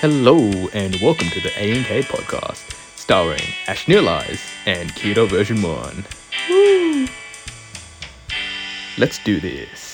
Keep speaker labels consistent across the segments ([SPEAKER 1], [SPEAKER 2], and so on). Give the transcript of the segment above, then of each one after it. [SPEAKER 1] Hello and welcome to the A and K podcast, starring Ash Neal Eyes and Keto Version One. Woo! Let's do this.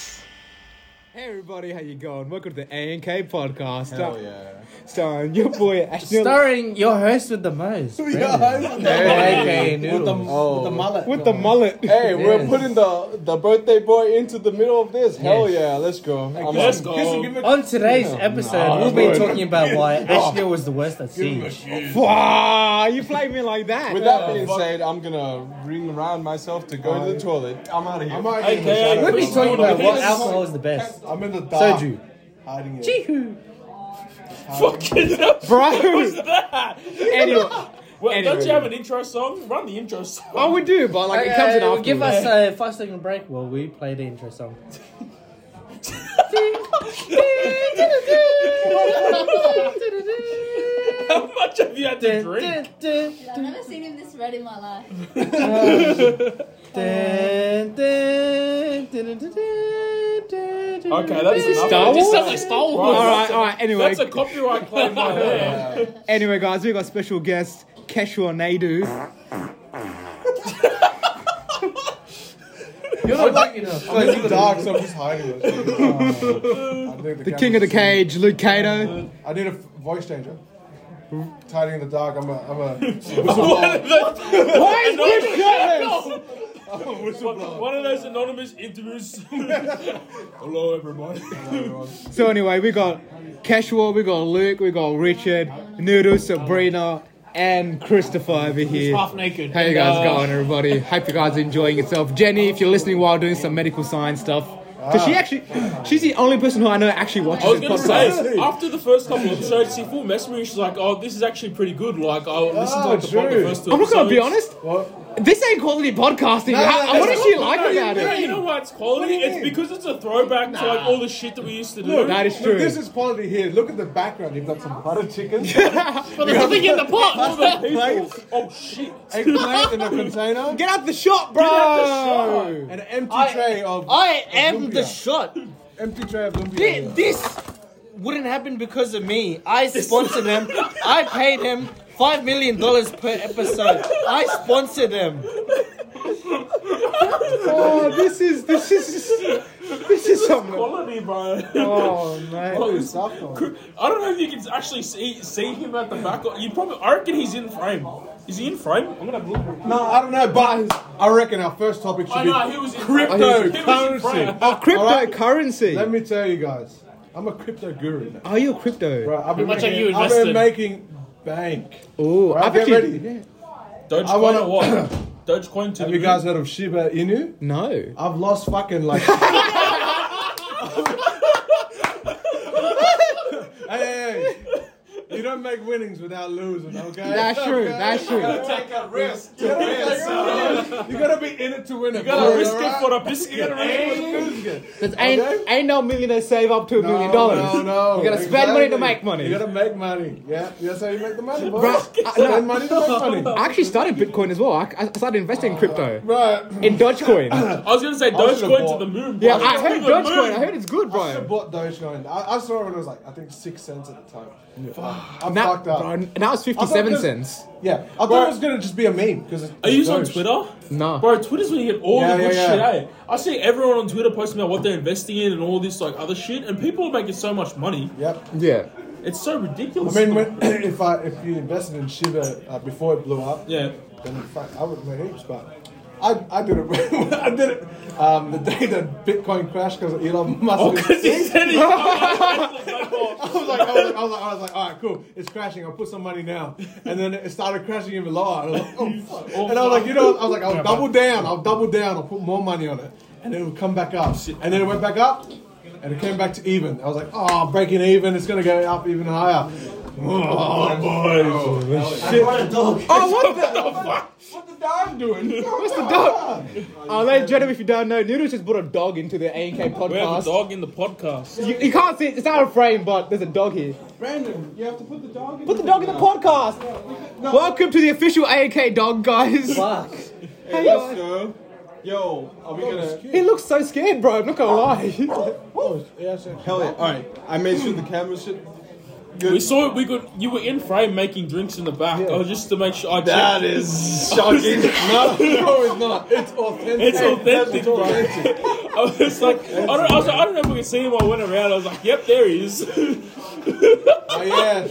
[SPEAKER 2] Hey everybody, how you going? Welcome to the A and K podcast.
[SPEAKER 3] Hell yeah.
[SPEAKER 2] Starring your boy Ashley
[SPEAKER 4] Starring your host with the most. AKA Noodles.
[SPEAKER 3] Oh.
[SPEAKER 2] with the mullet.
[SPEAKER 3] Hey, we're
[SPEAKER 4] Yes.
[SPEAKER 3] putting the, the birthday boy into the middle of this. Hell
[SPEAKER 4] Yes.
[SPEAKER 3] yeah, let's go. I'm
[SPEAKER 5] Let's
[SPEAKER 3] on-
[SPEAKER 5] go.
[SPEAKER 4] On today's episode, we'll be talking about why Ashley was the worst at Siege.
[SPEAKER 2] Wow, you play me like that.
[SPEAKER 3] With that being said, I'm gonna ring around myself to go to the toilet. I'm out of here.
[SPEAKER 5] AKA
[SPEAKER 4] We'll be talking about what alcohol is the best.
[SPEAKER 6] I'm in the dark.
[SPEAKER 4] Soju.
[SPEAKER 6] Hiding it.
[SPEAKER 4] Jeehoo.
[SPEAKER 5] fucking up.
[SPEAKER 2] bro.
[SPEAKER 5] that?
[SPEAKER 2] anyway,
[SPEAKER 5] Well,
[SPEAKER 2] Anyway.
[SPEAKER 5] don't you have an intro song? Run the intro song.
[SPEAKER 2] I would do, but like it comes in after.
[SPEAKER 4] Uh, give us a five second break while we play the intro song.
[SPEAKER 5] How much have you had to drink?
[SPEAKER 7] I've never seen him this red in my life.
[SPEAKER 5] Okay, that is
[SPEAKER 2] Star
[SPEAKER 5] another-
[SPEAKER 2] Wars?
[SPEAKER 5] Star Wars.
[SPEAKER 2] all right, all right. Anyway,
[SPEAKER 5] That's a copyright claim right there.
[SPEAKER 2] anyway, guys, we got special guest Keshua Nadu.
[SPEAKER 4] You're not good enough.
[SPEAKER 6] I'm in the dark, so I'm just hiding it. I think
[SPEAKER 2] The king of the
[SPEAKER 6] camera's-
[SPEAKER 2] cage, Luke Cato.
[SPEAKER 6] I need a f- voice changer. Hiding in the dark. I'm a. I'm a.
[SPEAKER 2] Why is Luke shirtless? Oh,
[SPEAKER 5] One of those anonymous interviews. Hello, everybody.
[SPEAKER 2] So anyway, we got Keshua, we got Luke, we got Richard, Noodle, Sabrina, and Christopher over here.
[SPEAKER 5] naked.
[SPEAKER 2] How you guys going, everybody? Hope you guys are enjoying yourself. Jenny, if you're listening while doing some medical science stuff, because she actually, she's the only person who I know actually watches
[SPEAKER 5] I was
[SPEAKER 2] this
[SPEAKER 5] gonna
[SPEAKER 2] podcast.
[SPEAKER 5] say after the first couple of shows, she full messaged me and she's like, "Oh, this is actually pretty good. Like, I listened to
[SPEAKER 6] Oh,
[SPEAKER 5] like, the, pod- the
[SPEAKER 6] true.
[SPEAKER 5] first two
[SPEAKER 2] Ah, I'm not gonna be
[SPEAKER 5] episodes."
[SPEAKER 2] honest. This ain't quality podcasting. How- what does she like about
[SPEAKER 5] No,
[SPEAKER 2] it?
[SPEAKER 5] you know why it's quality?
[SPEAKER 6] you
[SPEAKER 5] It's
[SPEAKER 6] mean?
[SPEAKER 5] because it's a throwback to like all the shit that we used to do.
[SPEAKER 2] That is
[SPEAKER 6] Look,
[SPEAKER 2] true.
[SPEAKER 6] this is quality here. Look at the background. You've got some butter chicken.
[SPEAKER 5] but there's nothing in the pot.
[SPEAKER 6] plates.
[SPEAKER 5] oh shit!
[SPEAKER 6] Eggplant in a container. Oh,
[SPEAKER 2] Get out the shot, bro.
[SPEAKER 6] An empty tray of.
[SPEAKER 4] I am
[SPEAKER 6] Lumpia.
[SPEAKER 4] the shot.
[SPEAKER 6] empty tray of lumpia.
[SPEAKER 4] Thi- This wouldn't happen because of me. I sponsored him. I paid him five million dollars per episode. I sponsored him.
[SPEAKER 2] Oh, this is this is this is something.
[SPEAKER 5] Quality, bro.
[SPEAKER 2] Oh man.
[SPEAKER 6] Holy stuff, though.
[SPEAKER 5] I don't know if you can actually see see him at the back. Or, you probably. I reckon he's in frame. Is he in frame? I'm gonna have a look.
[SPEAKER 6] No, I don't know, but I reckon our first topic should
[SPEAKER 5] Oh
[SPEAKER 6] be.
[SPEAKER 5] no, he was in frame. He was in frame.
[SPEAKER 6] Cryptocurrency.
[SPEAKER 2] Oh, cryptocurrency.
[SPEAKER 6] Let me tell you guys, I'm a crypto guru.
[SPEAKER 2] Are you a crypto?
[SPEAKER 6] Bro, I've been
[SPEAKER 5] How much
[SPEAKER 6] making,
[SPEAKER 5] have you
[SPEAKER 6] I've been
[SPEAKER 5] invested?
[SPEAKER 6] making bank.
[SPEAKER 2] Oh,
[SPEAKER 6] Right,
[SPEAKER 2] I've
[SPEAKER 6] get
[SPEAKER 2] actually
[SPEAKER 6] ready. I
[SPEAKER 5] Dogecoin
[SPEAKER 6] wanna-
[SPEAKER 5] or what? Dogecoin to
[SPEAKER 6] Have
[SPEAKER 5] the
[SPEAKER 6] you guys heard of Shiba Inu?
[SPEAKER 2] no.
[SPEAKER 6] I've lost fucking like. hey, hey, you don't make winnings without losing, okay?
[SPEAKER 2] That's true. That's true.
[SPEAKER 3] Take a risk.
[SPEAKER 6] You gotta, take a risk. You gotta be in it to win it.
[SPEAKER 5] You gotta risk it Ah, for a biscuit.
[SPEAKER 2] Because ain't, ain't no millionaire save up to a million dollars.
[SPEAKER 6] No, no.
[SPEAKER 2] You gotta spend money to make money.
[SPEAKER 6] You gotta make money. Yeah, that's how you make the money, bro.
[SPEAKER 2] Bro, I- no.
[SPEAKER 6] Spend money to make money.
[SPEAKER 2] I actually started Bitcoin as well. I, I started investing in crypto.
[SPEAKER 6] Uh, Right.
[SPEAKER 2] In Dogecoin.
[SPEAKER 5] I was gonna say
[SPEAKER 6] I should've
[SPEAKER 5] Dogecoin
[SPEAKER 6] bought-
[SPEAKER 5] to the moon.
[SPEAKER 2] Yeah,
[SPEAKER 5] bro.
[SPEAKER 2] I heard
[SPEAKER 5] To the
[SPEAKER 2] Dogecoin.
[SPEAKER 5] moon.
[SPEAKER 2] I heard it's good,
[SPEAKER 6] I
[SPEAKER 2] bro.
[SPEAKER 6] bought Dogecoin. I, I saw it when it was like, I think six cents at the time. Fuck. I
[SPEAKER 2] Now,
[SPEAKER 6] fucked up.
[SPEAKER 2] bro, now it's
[SPEAKER 6] I
[SPEAKER 2] 57
[SPEAKER 6] thought it was-
[SPEAKER 2] cents.
[SPEAKER 6] Yeah, I thought it was gonna just be a meme because
[SPEAKER 5] Are you on Twitter?
[SPEAKER 2] No.
[SPEAKER 5] Bro, Twitter's when you get all
[SPEAKER 6] Yeah,
[SPEAKER 5] the
[SPEAKER 6] yeah,
[SPEAKER 5] good
[SPEAKER 6] yeah.
[SPEAKER 5] shit, eh? I see everyone on Twitter posting about what they're investing in and all this like other shit, and people are making so much money.
[SPEAKER 6] Yep.
[SPEAKER 2] Yeah.
[SPEAKER 5] It's so
[SPEAKER 6] I
[SPEAKER 5] ridiculous.
[SPEAKER 6] mean, when, if I if you invested in Shiba uh, before it blew up,
[SPEAKER 5] yeah.
[SPEAKER 6] then fuck, I would make heaps. But I, I did it. I did it um, the day that Bitcoin crashed because Elon Musk.
[SPEAKER 5] Oh, because he said he.
[SPEAKER 6] Ah. I was like, I was like, I was like, I was like, all right, cool, it's crashing. I'll put some money down, and then it started crashing even lower. And I was like, oh, fuck. and I was like, you know, I was like, I'll double down. I'll double down. I'll put more money on it, and then it would come back up. And then it went back up, and it came back to even. I was like, oh, breaking even. It's gonna go up even higher. Oh, boy.
[SPEAKER 2] Oh, what the?
[SPEAKER 6] What the dog doing?
[SPEAKER 2] What's the dog? Oh, ladies and gentlemen, if you don't know, Noodles just brought a dog into the A&K
[SPEAKER 5] We have a
[SPEAKER 2] podcast.
[SPEAKER 5] dog in the podcast.
[SPEAKER 2] You, you can't see it. It's out of frame, but there's a dog here.
[SPEAKER 6] Brandon, you have to put the dog in.
[SPEAKER 2] Put the dog in the podcast. Welcome to the official A&K dog, guys.
[SPEAKER 4] Fuck.
[SPEAKER 2] Hey, guys.
[SPEAKER 3] Yo, are we gonna?
[SPEAKER 2] He looks so scared, bro. I'm not gonna lie.
[SPEAKER 6] Oh, yeah, sure.
[SPEAKER 3] Hell yeah! All right, I made sure the camera should.
[SPEAKER 5] We saw it. We could. You were in frame making drinks in the back. Oh, just to make sure. I
[SPEAKER 3] That
[SPEAKER 5] checked.
[SPEAKER 3] is shocking. no, no, it's not.
[SPEAKER 6] It's authentic.
[SPEAKER 5] It's authentic,
[SPEAKER 6] It's
[SPEAKER 5] bro.
[SPEAKER 6] authentic.
[SPEAKER 5] I was like, I don't, I, was like, I don't know if we could see him. I went around. I was like, yep, there he is.
[SPEAKER 6] Oh, yeah.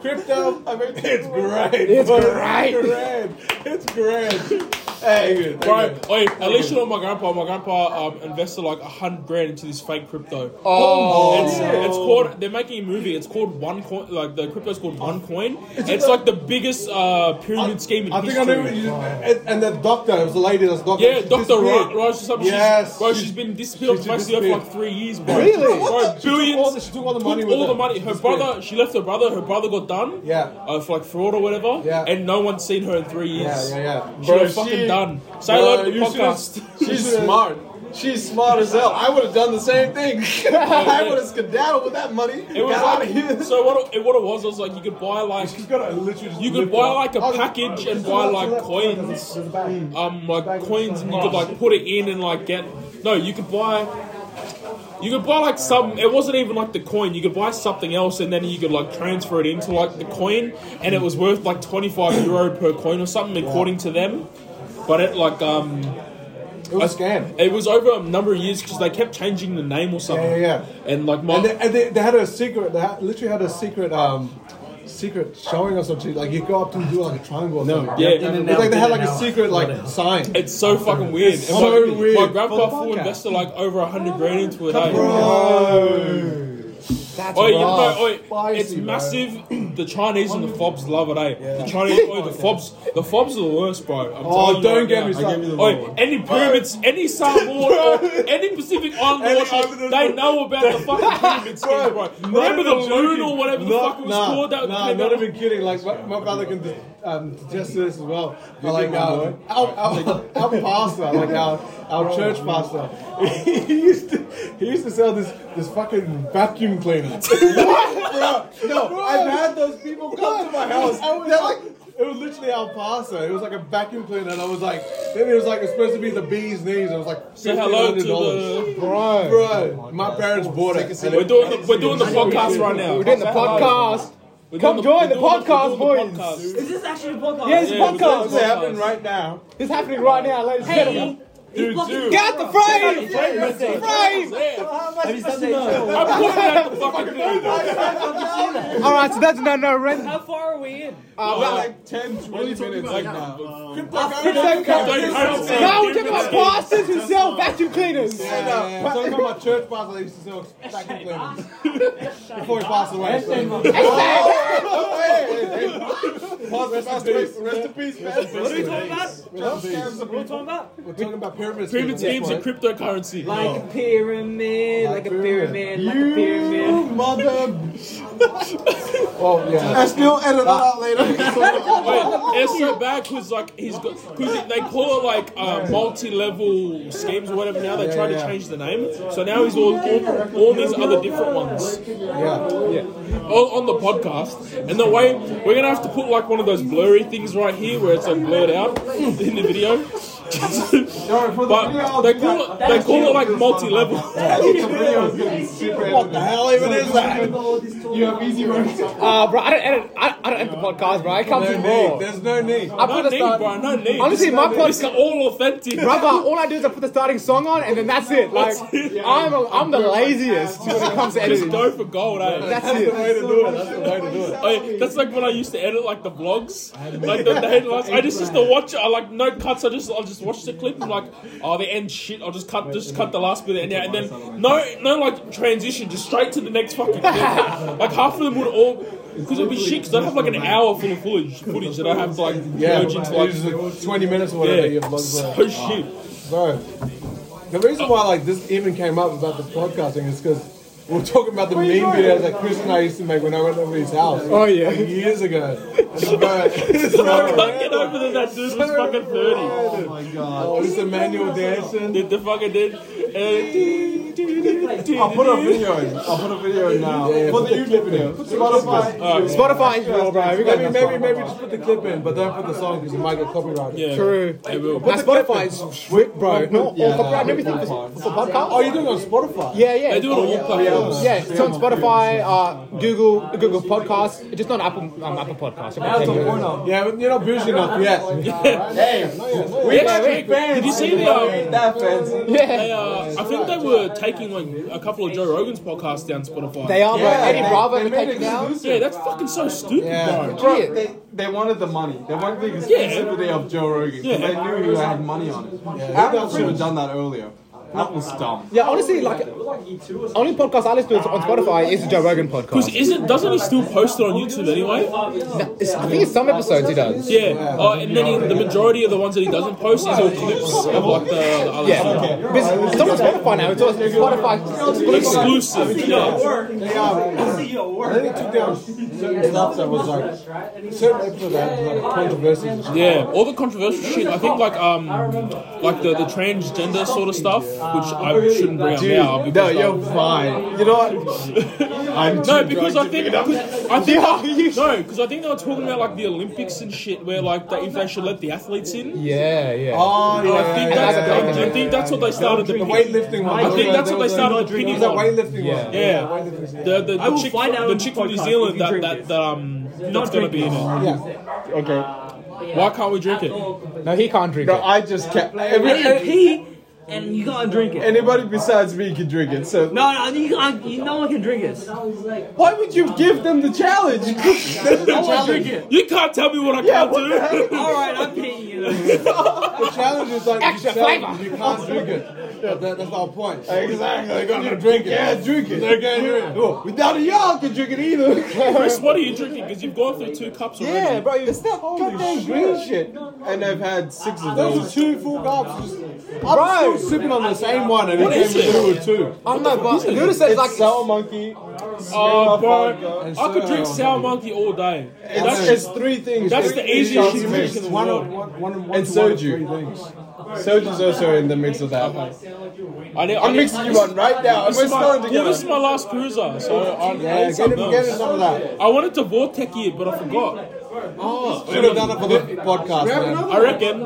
[SPEAKER 6] Crypto, I mean, it's great. It's great. It's great. It's great. Hey,
[SPEAKER 5] Bro, wait, at least you know my grandpa. My grandpa um, invested like a hundred grand into this fake crypto. Oh, it's, it's called. They're making a movie. It's called One Coin. Like the crypto's called One Coin. It's like the biggest uh, pyramid scheme in
[SPEAKER 6] I think
[SPEAKER 5] history.
[SPEAKER 6] I know. what you- And, and that doctor, it was the lady that's doctor.
[SPEAKER 5] yeah,
[SPEAKER 6] she
[SPEAKER 5] Doctor
[SPEAKER 6] disappeared.
[SPEAKER 5] Raj or something.
[SPEAKER 6] Yes,
[SPEAKER 5] she's, bro,
[SPEAKER 6] she-
[SPEAKER 5] she's been disappeared
[SPEAKER 6] she
[SPEAKER 5] off the face of the earth for like
[SPEAKER 6] disappeared.
[SPEAKER 5] three years, bro.
[SPEAKER 6] Really? What
[SPEAKER 5] Bro,
[SPEAKER 6] the- she took all
[SPEAKER 5] billions.
[SPEAKER 6] the- she took all the money
[SPEAKER 5] Took
[SPEAKER 6] with
[SPEAKER 5] all
[SPEAKER 6] her.
[SPEAKER 5] the money. Her
[SPEAKER 6] Disappeared.
[SPEAKER 5] brother. She left her brother. Her brother got done.
[SPEAKER 6] Yeah.
[SPEAKER 5] Uh, for like fraud or whatever.
[SPEAKER 6] Yeah.
[SPEAKER 5] And no one's seen her in three
[SPEAKER 6] Yeah,
[SPEAKER 5] years.
[SPEAKER 6] yeah, yeah.
[SPEAKER 5] She was fucking done. Say
[SPEAKER 3] Bro,
[SPEAKER 5] hello to the
[SPEAKER 3] you should've-
[SPEAKER 5] podcast.
[SPEAKER 3] She's smart. She's smart as hell. I would have done the same thing. I would have skedaddled with that money.
[SPEAKER 5] It was
[SPEAKER 3] Got
[SPEAKER 5] like
[SPEAKER 3] out of here.
[SPEAKER 5] so. What it, what it was was like you could buy like
[SPEAKER 6] She's got a literally. just
[SPEAKER 5] you could
[SPEAKER 6] lift
[SPEAKER 5] buy
[SPEAKER 6] up.
[SPEAKER 5] like a
[SPEAKER 6] Oh, the-
[SPEAKER 5] package and
[SPEAKER 6] Just
[SPEAKER 5] buy
[SPEAKER 6] left,
[SPEAKER 5] like
[SPEAKER 6] left,
[SPEAKER 5] coins,
[SPEAKER 6] to the back.
[SPEAKER 5] um, like coins, and you could like put it in and like get. No, you could buy. You could buy like some. It wasn't even like the coin. You could buy something else, and then you could like transfer it into like the coin, and it was worth like twenty five euro per coin or something, according to them. But it like um,
[SPEAKER 6] It was a scam.
[SPEAKER 5] it was over a number of years because they kept changing the name or something.
[SPEAKER 6] Yeah, yeah,
[SPEAKER 5] And like my
[SPEAKER 6] And, they, and they, they had a secret. They had, literally had a secret. Um, secret showing or something. Like you go up to and do like a triangle. Or no, something.
[SPEAKER 5] yeah,
[SPEAKER 6] It's like they had like a secret like sign.
[SPEAKER 5] It's so fucking weird. And
[SPEAKER 6] so
[SPEAKER 5] my,
[SPEAKER 6] weird.
[SPEAKER 5] My grandpa
[SPEAKER 6] For the
[SPEAKER 5] full
[SPEAKER 6] podcast.
[SPEAKER 5] invested like over a hundred grand into it. eh?
[SPEAKER 6] Oh. Bro, that's
[SPEAKER 5] Oh, you
[SPEAKER 6] rough.
[SPEAKER 5] know, oi,
[SPEAKER 6] Spicy,
[SPEAKER 5] it's
[SPEAKER 6] bro.
[SPEAKER 5] massive. The Chinese and the fobs love it, eh? The Chinese, oi, the fobs, the fobs are the worst, bro. I'm
[SPEAKER 6] Oh,
[SPEAKER 5] telling you
[SPEAKER 6] don't
[SPEAKER 5] right
[SPEAKER 6] get
[SPEAKER 5] now.
[SPEAKER 6] me started.
[SPEAKER 5] Oi, any pyramids, any Samoa, or any Pacific Island
[SPEAKER 6] Any
[SPEAKER 5] water,
[SPEAKER 6] island-
[SPEAKER 5] they know about the fucking pyramid schemes, bro. Remember the loon or whatever the fuck it was
[SPEAKER 6] nah,
[SPEAKER 5] called? That
[SPEAKER 6] nah,
[SPEAKER 5] came
[SPEAKER 6] not
[SPEAKER 5] out?
[SPEAKER 6] even kidding. Like my, my brother can di- um, digest this as well. But like our, our, our, our pastor, like our, our church pastor, he used to he used to sell this this fucking vacuum cleaner. bro, no, I've had those people come to my house. They're like. It was literally our pastor. It was like a vacuum cleaner, and I was like, then it was like it's supposed to be the bee's knees. I was like,
[SPEAKER 5] Say hello to
[SPEAKER 6] $1,500.
[SPEAKER 5] the.
[SPEAKER 6] bro. Bro, my parents bought it. and
[SPEAKER 5] We're doing the, we're doing the podcast right now.
[SPEAKER 2] We're doing the
[SPEAKER 5] Say hello.
[SPEAKER 2] podcast.
[SPEAKER 5] We're
[SPEAKER 2] Come
[SPEAKER 5] doing
[SPEAKER 2] join
[SPEAKER 5] we're
[SPEAKER 2] the
[SPEAKER 5] doing
[SPEAKER 2] podcast,
[SPEAKER 5] we're doing the
[SPEAKER 2] boys.
[SPEAKER 5] podcast.
[SPEAKER 8] Is this actually a podcast?
[SPEAKER 2] Yeah, it's a
[SPEAKER 5] Yeah, we're doing
[SPEAKER 2] podcast.
[SPEAKER 5] the
[SPEAKER 2] It's
[SPEAKER 5] podcast.
[SPEAKER 3] right now.
[SPEAKER 2] It's happening right now, ladies and gentlemen.
[SPEAKER 8] Hey, dude, dude.
[SPEAKER 2] Get out the frame! Frame!
[SPEAKER 5] I'm putting out the fucking thing.
[SPEAKER 2] All right, so that's no no rent.
[SPEAKER 8] How far are we in?
[SPEAKER 6] Uh,
[SPEAKER 3] About like 10, 20 minutes like now.
[SPEAKER 2] Now we're talking about pastors who sell vacuum cleaners.
[SPEAKER 6] Yeah, yeah. Talking about my church pastor that used to "Oh, sell vacuum cleaners before he passed away. Oh, so- Rest in peace. Rest in peace, man.
[SPEAKER 8] What are we talking about? What are we talking about?
[SPEAKER 6] We're talking about pyramids.
[SPEAKER 5] Pyramid schemes and cryptocurrency.
[SPEAKER 8] Like a pyramid, like a pyramid, like a
[SPEAKER 6] You
[SPEAKER 8] pyramid.
[SPEAKER 6] mother. Oh yeah. I still edit that out later.
[SPEAKER 5] Wait, it's so bad because like he's got because they call it like uh, multi-level schemes or whatever. Now they try to
[SPEAKER 6] yeah.
[SPEAKER 5] change the name, so now he's all all, all these other different ones
[SPEAKER 6] yeah.
[SPEAKER 5] all on the podcast. And the way we're gonna have to put like one of those blurry things right here where it's like blurred out in the video. but they call it they call it like multi-level.
[SPEAKER 6] What the hell even is that? You have easy words.
[SPEAKER 2] Uh, bro, I don't edit. I, I don't edit the podcast, bro. I come
[SPEAKER 6] No
[SPEAKER 2] to
[SPEAKER 6] need.
[SPEAKER 2] more.
[SPEAKER 6] There's no need.
[SPEAKER 2] I'm
[SPEAKER 5] No
[SPEAKER 2] gonna
[SPEAKER 5] need,
[SPEAKER 2] start.
[SPEAKER 5] bro. No need.
[SPEAKER 2] Honestly, my
[SPEAKER 5] It's
[SPEAKER 2] podcast,
[SPEAKER 5] all authentic.
[SPEAKER 2] brother. All I do is I put the starting song on, and then that's it. Like, I'm a, I'm the laziest when it comes to
[SPEAKER 5] Just
[SPEAKER 2] editing.
[SPEAKER 5] go for gold, eh?
[SPEAKER 2] That's
[SPEAKER 6] That's the
[SPEAKER 2] it.
[SPEAKER 6] way to do it. That's the way to do it.
[SPEAKER 5] I, Oh, that's like when I used to edit like the vlogs, like the, the headlines. I just used to watch. I like no cuts. I just I just watch the clip and like, oh, the end shit. I'll just cut, just cut the last bit and yeah, and then no, no like transition, just straight to the next fucking clip. Like half of them would all. Because it'd be shit. Because I have like an hour full of footage, footage that I have to like
[SPEAKER 6] Yeah,
[SPEAKER 5] merge into like
[SPEAKER 6] it's just 20 minutes or whatever your
[SPEAKER 5] yeah,
[SPEAKER 6] vlog's like. ah.
[SPEAKER 5] so shit.
[SPEAKER 6] Bro, the reason why like this even came up about the podcasting is because we were talking about the meme videos that Chris and I used to make when I went over to his house.
[SPEAKER 2] Oh, yeah.
[SPEAKER 6] like, years ago. And, bro, it's
[SPEAKER 5] I
[SPEAKER 6] so
[SPEAKER 5] can't get over that that dude was fucking thirty.
[SPEAKER 6] Oh my god! Oh, this Emmanuel dancing.
[SPEAKER 5] Did the fucking did. And,
[SPEAKER 6] I'll put a video in. I'll put a video in now. Put the YouTube video. Spotify.
[SPEAKER 2] Spotify is real, bro. We got maybe,
[SPEAKER 6] Maybe, maybe, maybe just put the clip in, but don't put the song because you might get copyrighted.
[SPEAKER 5] Yeah.
[SPEAKER 2] true.
[SPEAKER 5] They will.
[SPEAKER 2] Now Spotify is strict, bro. No, all copyright and everything for, for podcast.
[SPEAKER 6] Oh, you're doing it on Spotify?
[SPEAKER 2] Yeah, yeah.
[SPEAKER 5] They do it
[SPEAKER 6] Oh,
[SPEAKER 5] on all platforms.
[SPEAKER 2] Yeah, it's on Spotify, uh, Google, Google Podcasts. Just not Apple, um, Apple Podcasts.
[SPEAKER 6] Yeah, but you're not bougie enough yet.
[SPEAKER 5] We actually, did you see the um,
[SPEAKER 6] That fancy.
[SPEAKER 5] they, uh, I think they were taking like a couple of Joe Rogan's podcasts down Spotify.
[SPEAKER 2] They are, bro.
[SPEAKER 6] Yeah,
[SPEAKER 2] Eddie
[SPEAKER 6] they-
[SPEAKER 2] Bravo
[SPEAKER 6] they
[SPEAKER 2] can
[SPEAKER 6] made
[SPEAKER 2] take it
[SPEAKER 6] it
[SPEAKER 2] down.
[SPEAKER 6] exclusive.
[SPEAKER 5] Yeah, that's fucking so stupid, bro.
[SPEAKER 6] Bro, they, they wanted the money. They wanted the exclusivity of Joe Rogan. 'cause They knew he had money on it. Apple should have done that earlier. Apple's dumb.
[SPEAKER 2] Yeah, honestly, like, only podcast I listen to is on Spotify is the Joe Rogan
[SPEAKER 5] Because
[SPEAKER 2] podcast.
[SPEAKER 5] isn't doesn't he still post it on YouTube anyway?
[SPEAKER 2] It's- I think it's some episodes he does.
[SPEAKER 5] Yeah. Oh, and then he, the majority of the ones that he doesn't post is all clips of like the, the other
[SPEAKER 2] Yeah,
[SPEAKER 5] stuff.
[SPEAKER 2] but it's, it's not on Spotify now. It's on Spotify.
[SPEAKER 5] Exclusive. Yeah.
[SPEAKER 6] I think they took down certain stuff that was like certain episodes that had like controversies.
[SPEAKER 5] Yeah, all the controversial shit. I think like um, like the, the transgender sort of stuff, which I shouldn't bring up now. Because,
[SPEAKER 2] No,
[SPEAKER 5] um,
[SPEAKER 2] you're fine. You know what? I'm
[SPEAKER 5] No, because I think, cause I think no, because I think they were talking about like the Olympics and shit, where like they, if they should let the athletes in.
[SPEAKER 2] Yeah, yeah.
[SPEAKER 6] Oh,
[SPEAKER 5] And I think
[SPEAKER 2] yeah,
[SPEAKER 5] that's
[SPEAKER 2] yeah, yeah,
[SPEAKER 5] I, I think that's what they started the
[SPEAKER 6] The
[SPEAKER 5] pin-
[SPEAKER 6] weightlifting one.
[SPEAKER 5] I think that's what they started the
[SPEAKER 6] It
[SPEAKER 5] pinning
[SPEAKER 6] was a
[SPEAKER 5] on.
[SPEAKER 6] weightlifting one.
[SPEAKER 5] Yeah.
[SPEAKER 6] weightlifting one.
[SPEAKER 5] The the, the
[SPEAKER 9] will
[SPEAKER 5] chick
[SPEAKER 9] find out
[SPEAKER 5] the
[SPEAKER 9] on
[SPEAKER 5] chick
[SPEAKER 9] the
[SPEAKER 5] from New
[SPEAKER 9] podcast
[SPEAKER 5] Zealand
[SPEAKER 9] if you
[SPEAKER 5] that
[SPEAKER 9] drink
[SPEAKER 5] that,
[SPEAKER 9] this.
[SPEAKER 5] that um that's gonna be in it.
[SPEAKER 2] Okay.
[SPEAKER 5] Why can't we drink it?
[SPEAKER 2] No, he can't drink
[SPEAKER 6] No,
[SPEAKER 2] it.
[SPEAKER 6] I just kept.
[SPEAKER 9] I need to
[SPEAKER 6] Every,
[SPEAKER 9] pee, and you can't drink it.
[SPEAKER 6] anybody besides me can drink it. So
[SPEAKER 9] No, no, you can't. You, no one can drink it.
[SPEAKER 6] why would you give them the challenge?
[SPEAKER 9] No one drink it.
[SPEAKER 5] You can't tell me what I
[SPEAKER 6] Yeah,
[SPEAKER 5] can't
[SPEAKER 6] what the
[SPEAKER 5] do.
[SPEAKER 9] All right, I'm peeing you.
[SPEAKER 6] The challenge is like
[SPEAKER 2] Extra
[SPEAKER 6] you can't-
[SPEAKER 2] flavor.
[SPEAKER 6] You can't drink it. Yeah, that, that's our point. Exactly. They're gonna drink it. Yeah, drink it. They're gonna drink it. Oh, Without a y'all can drink it either.
[SPEAKER 5] Chris, what are you drinking? Because you've gone through two cups already.
[SPEAKER 6] yeah, bro, it's that goddamn green shit. And they've had six of those. Those are two full cups. I'm still sipping on the same one, and it
[SPEAKER 5] is it?
[SPEAKER 6] with two.
[SPEAKER 2] I don't know, but Luda says like
[SPEAKER 6] Sour monkey.
[SPEAKER 5] Oh,
[SPEAKER 6] Smirnoff vodka,
[SPEAKER 5] bro,
[SPEAKER 6] and
[SPEAKER 5] I could drink
[SPEAKER 6] Sour
[SPEAKER 5] sour monkey all day.
[SPEAKER 6] It's,
[SPEAKER 5] That's
[SPEAKER 6] it's three things.
[SPEAKER 5] that's the easiest shit to drink in
[SPEAKER 6] mix.
[SPEAKER 5] the
[SPEAKER 6] One,
[SPEAKER 5] world.
[SPEAKER 6] one, one, one, and soju. Soju's also in the mix of that.
[SPEAKER 5] I need,
[SPEAKER 6] I'm mixing you one right now. and
[SPEAKER 5] This
[SPEAKER 6] We're
[SPEAKER 5] is, my,
[SPEAKER 6] starting
[SPEAKER 5] well, this is
[SPEAKER 6] together.
[SPEAKER 5] my last cruiser, so I, I
[SPEAKER 6] Yeah,
[SPEAKER 5] need
[SPEAKER 6] get him,
[SPEAKER 5] something
[SPEAKER 6] get him
[SPEAKER 5] else.
[SPEAKER 6] some of that.
[SPEAKER 5] I wanted to vortec it, but I forgot.
[SPEAKER 6] Should have done it for the podcast, man.
[SPEAKER 5] I reckon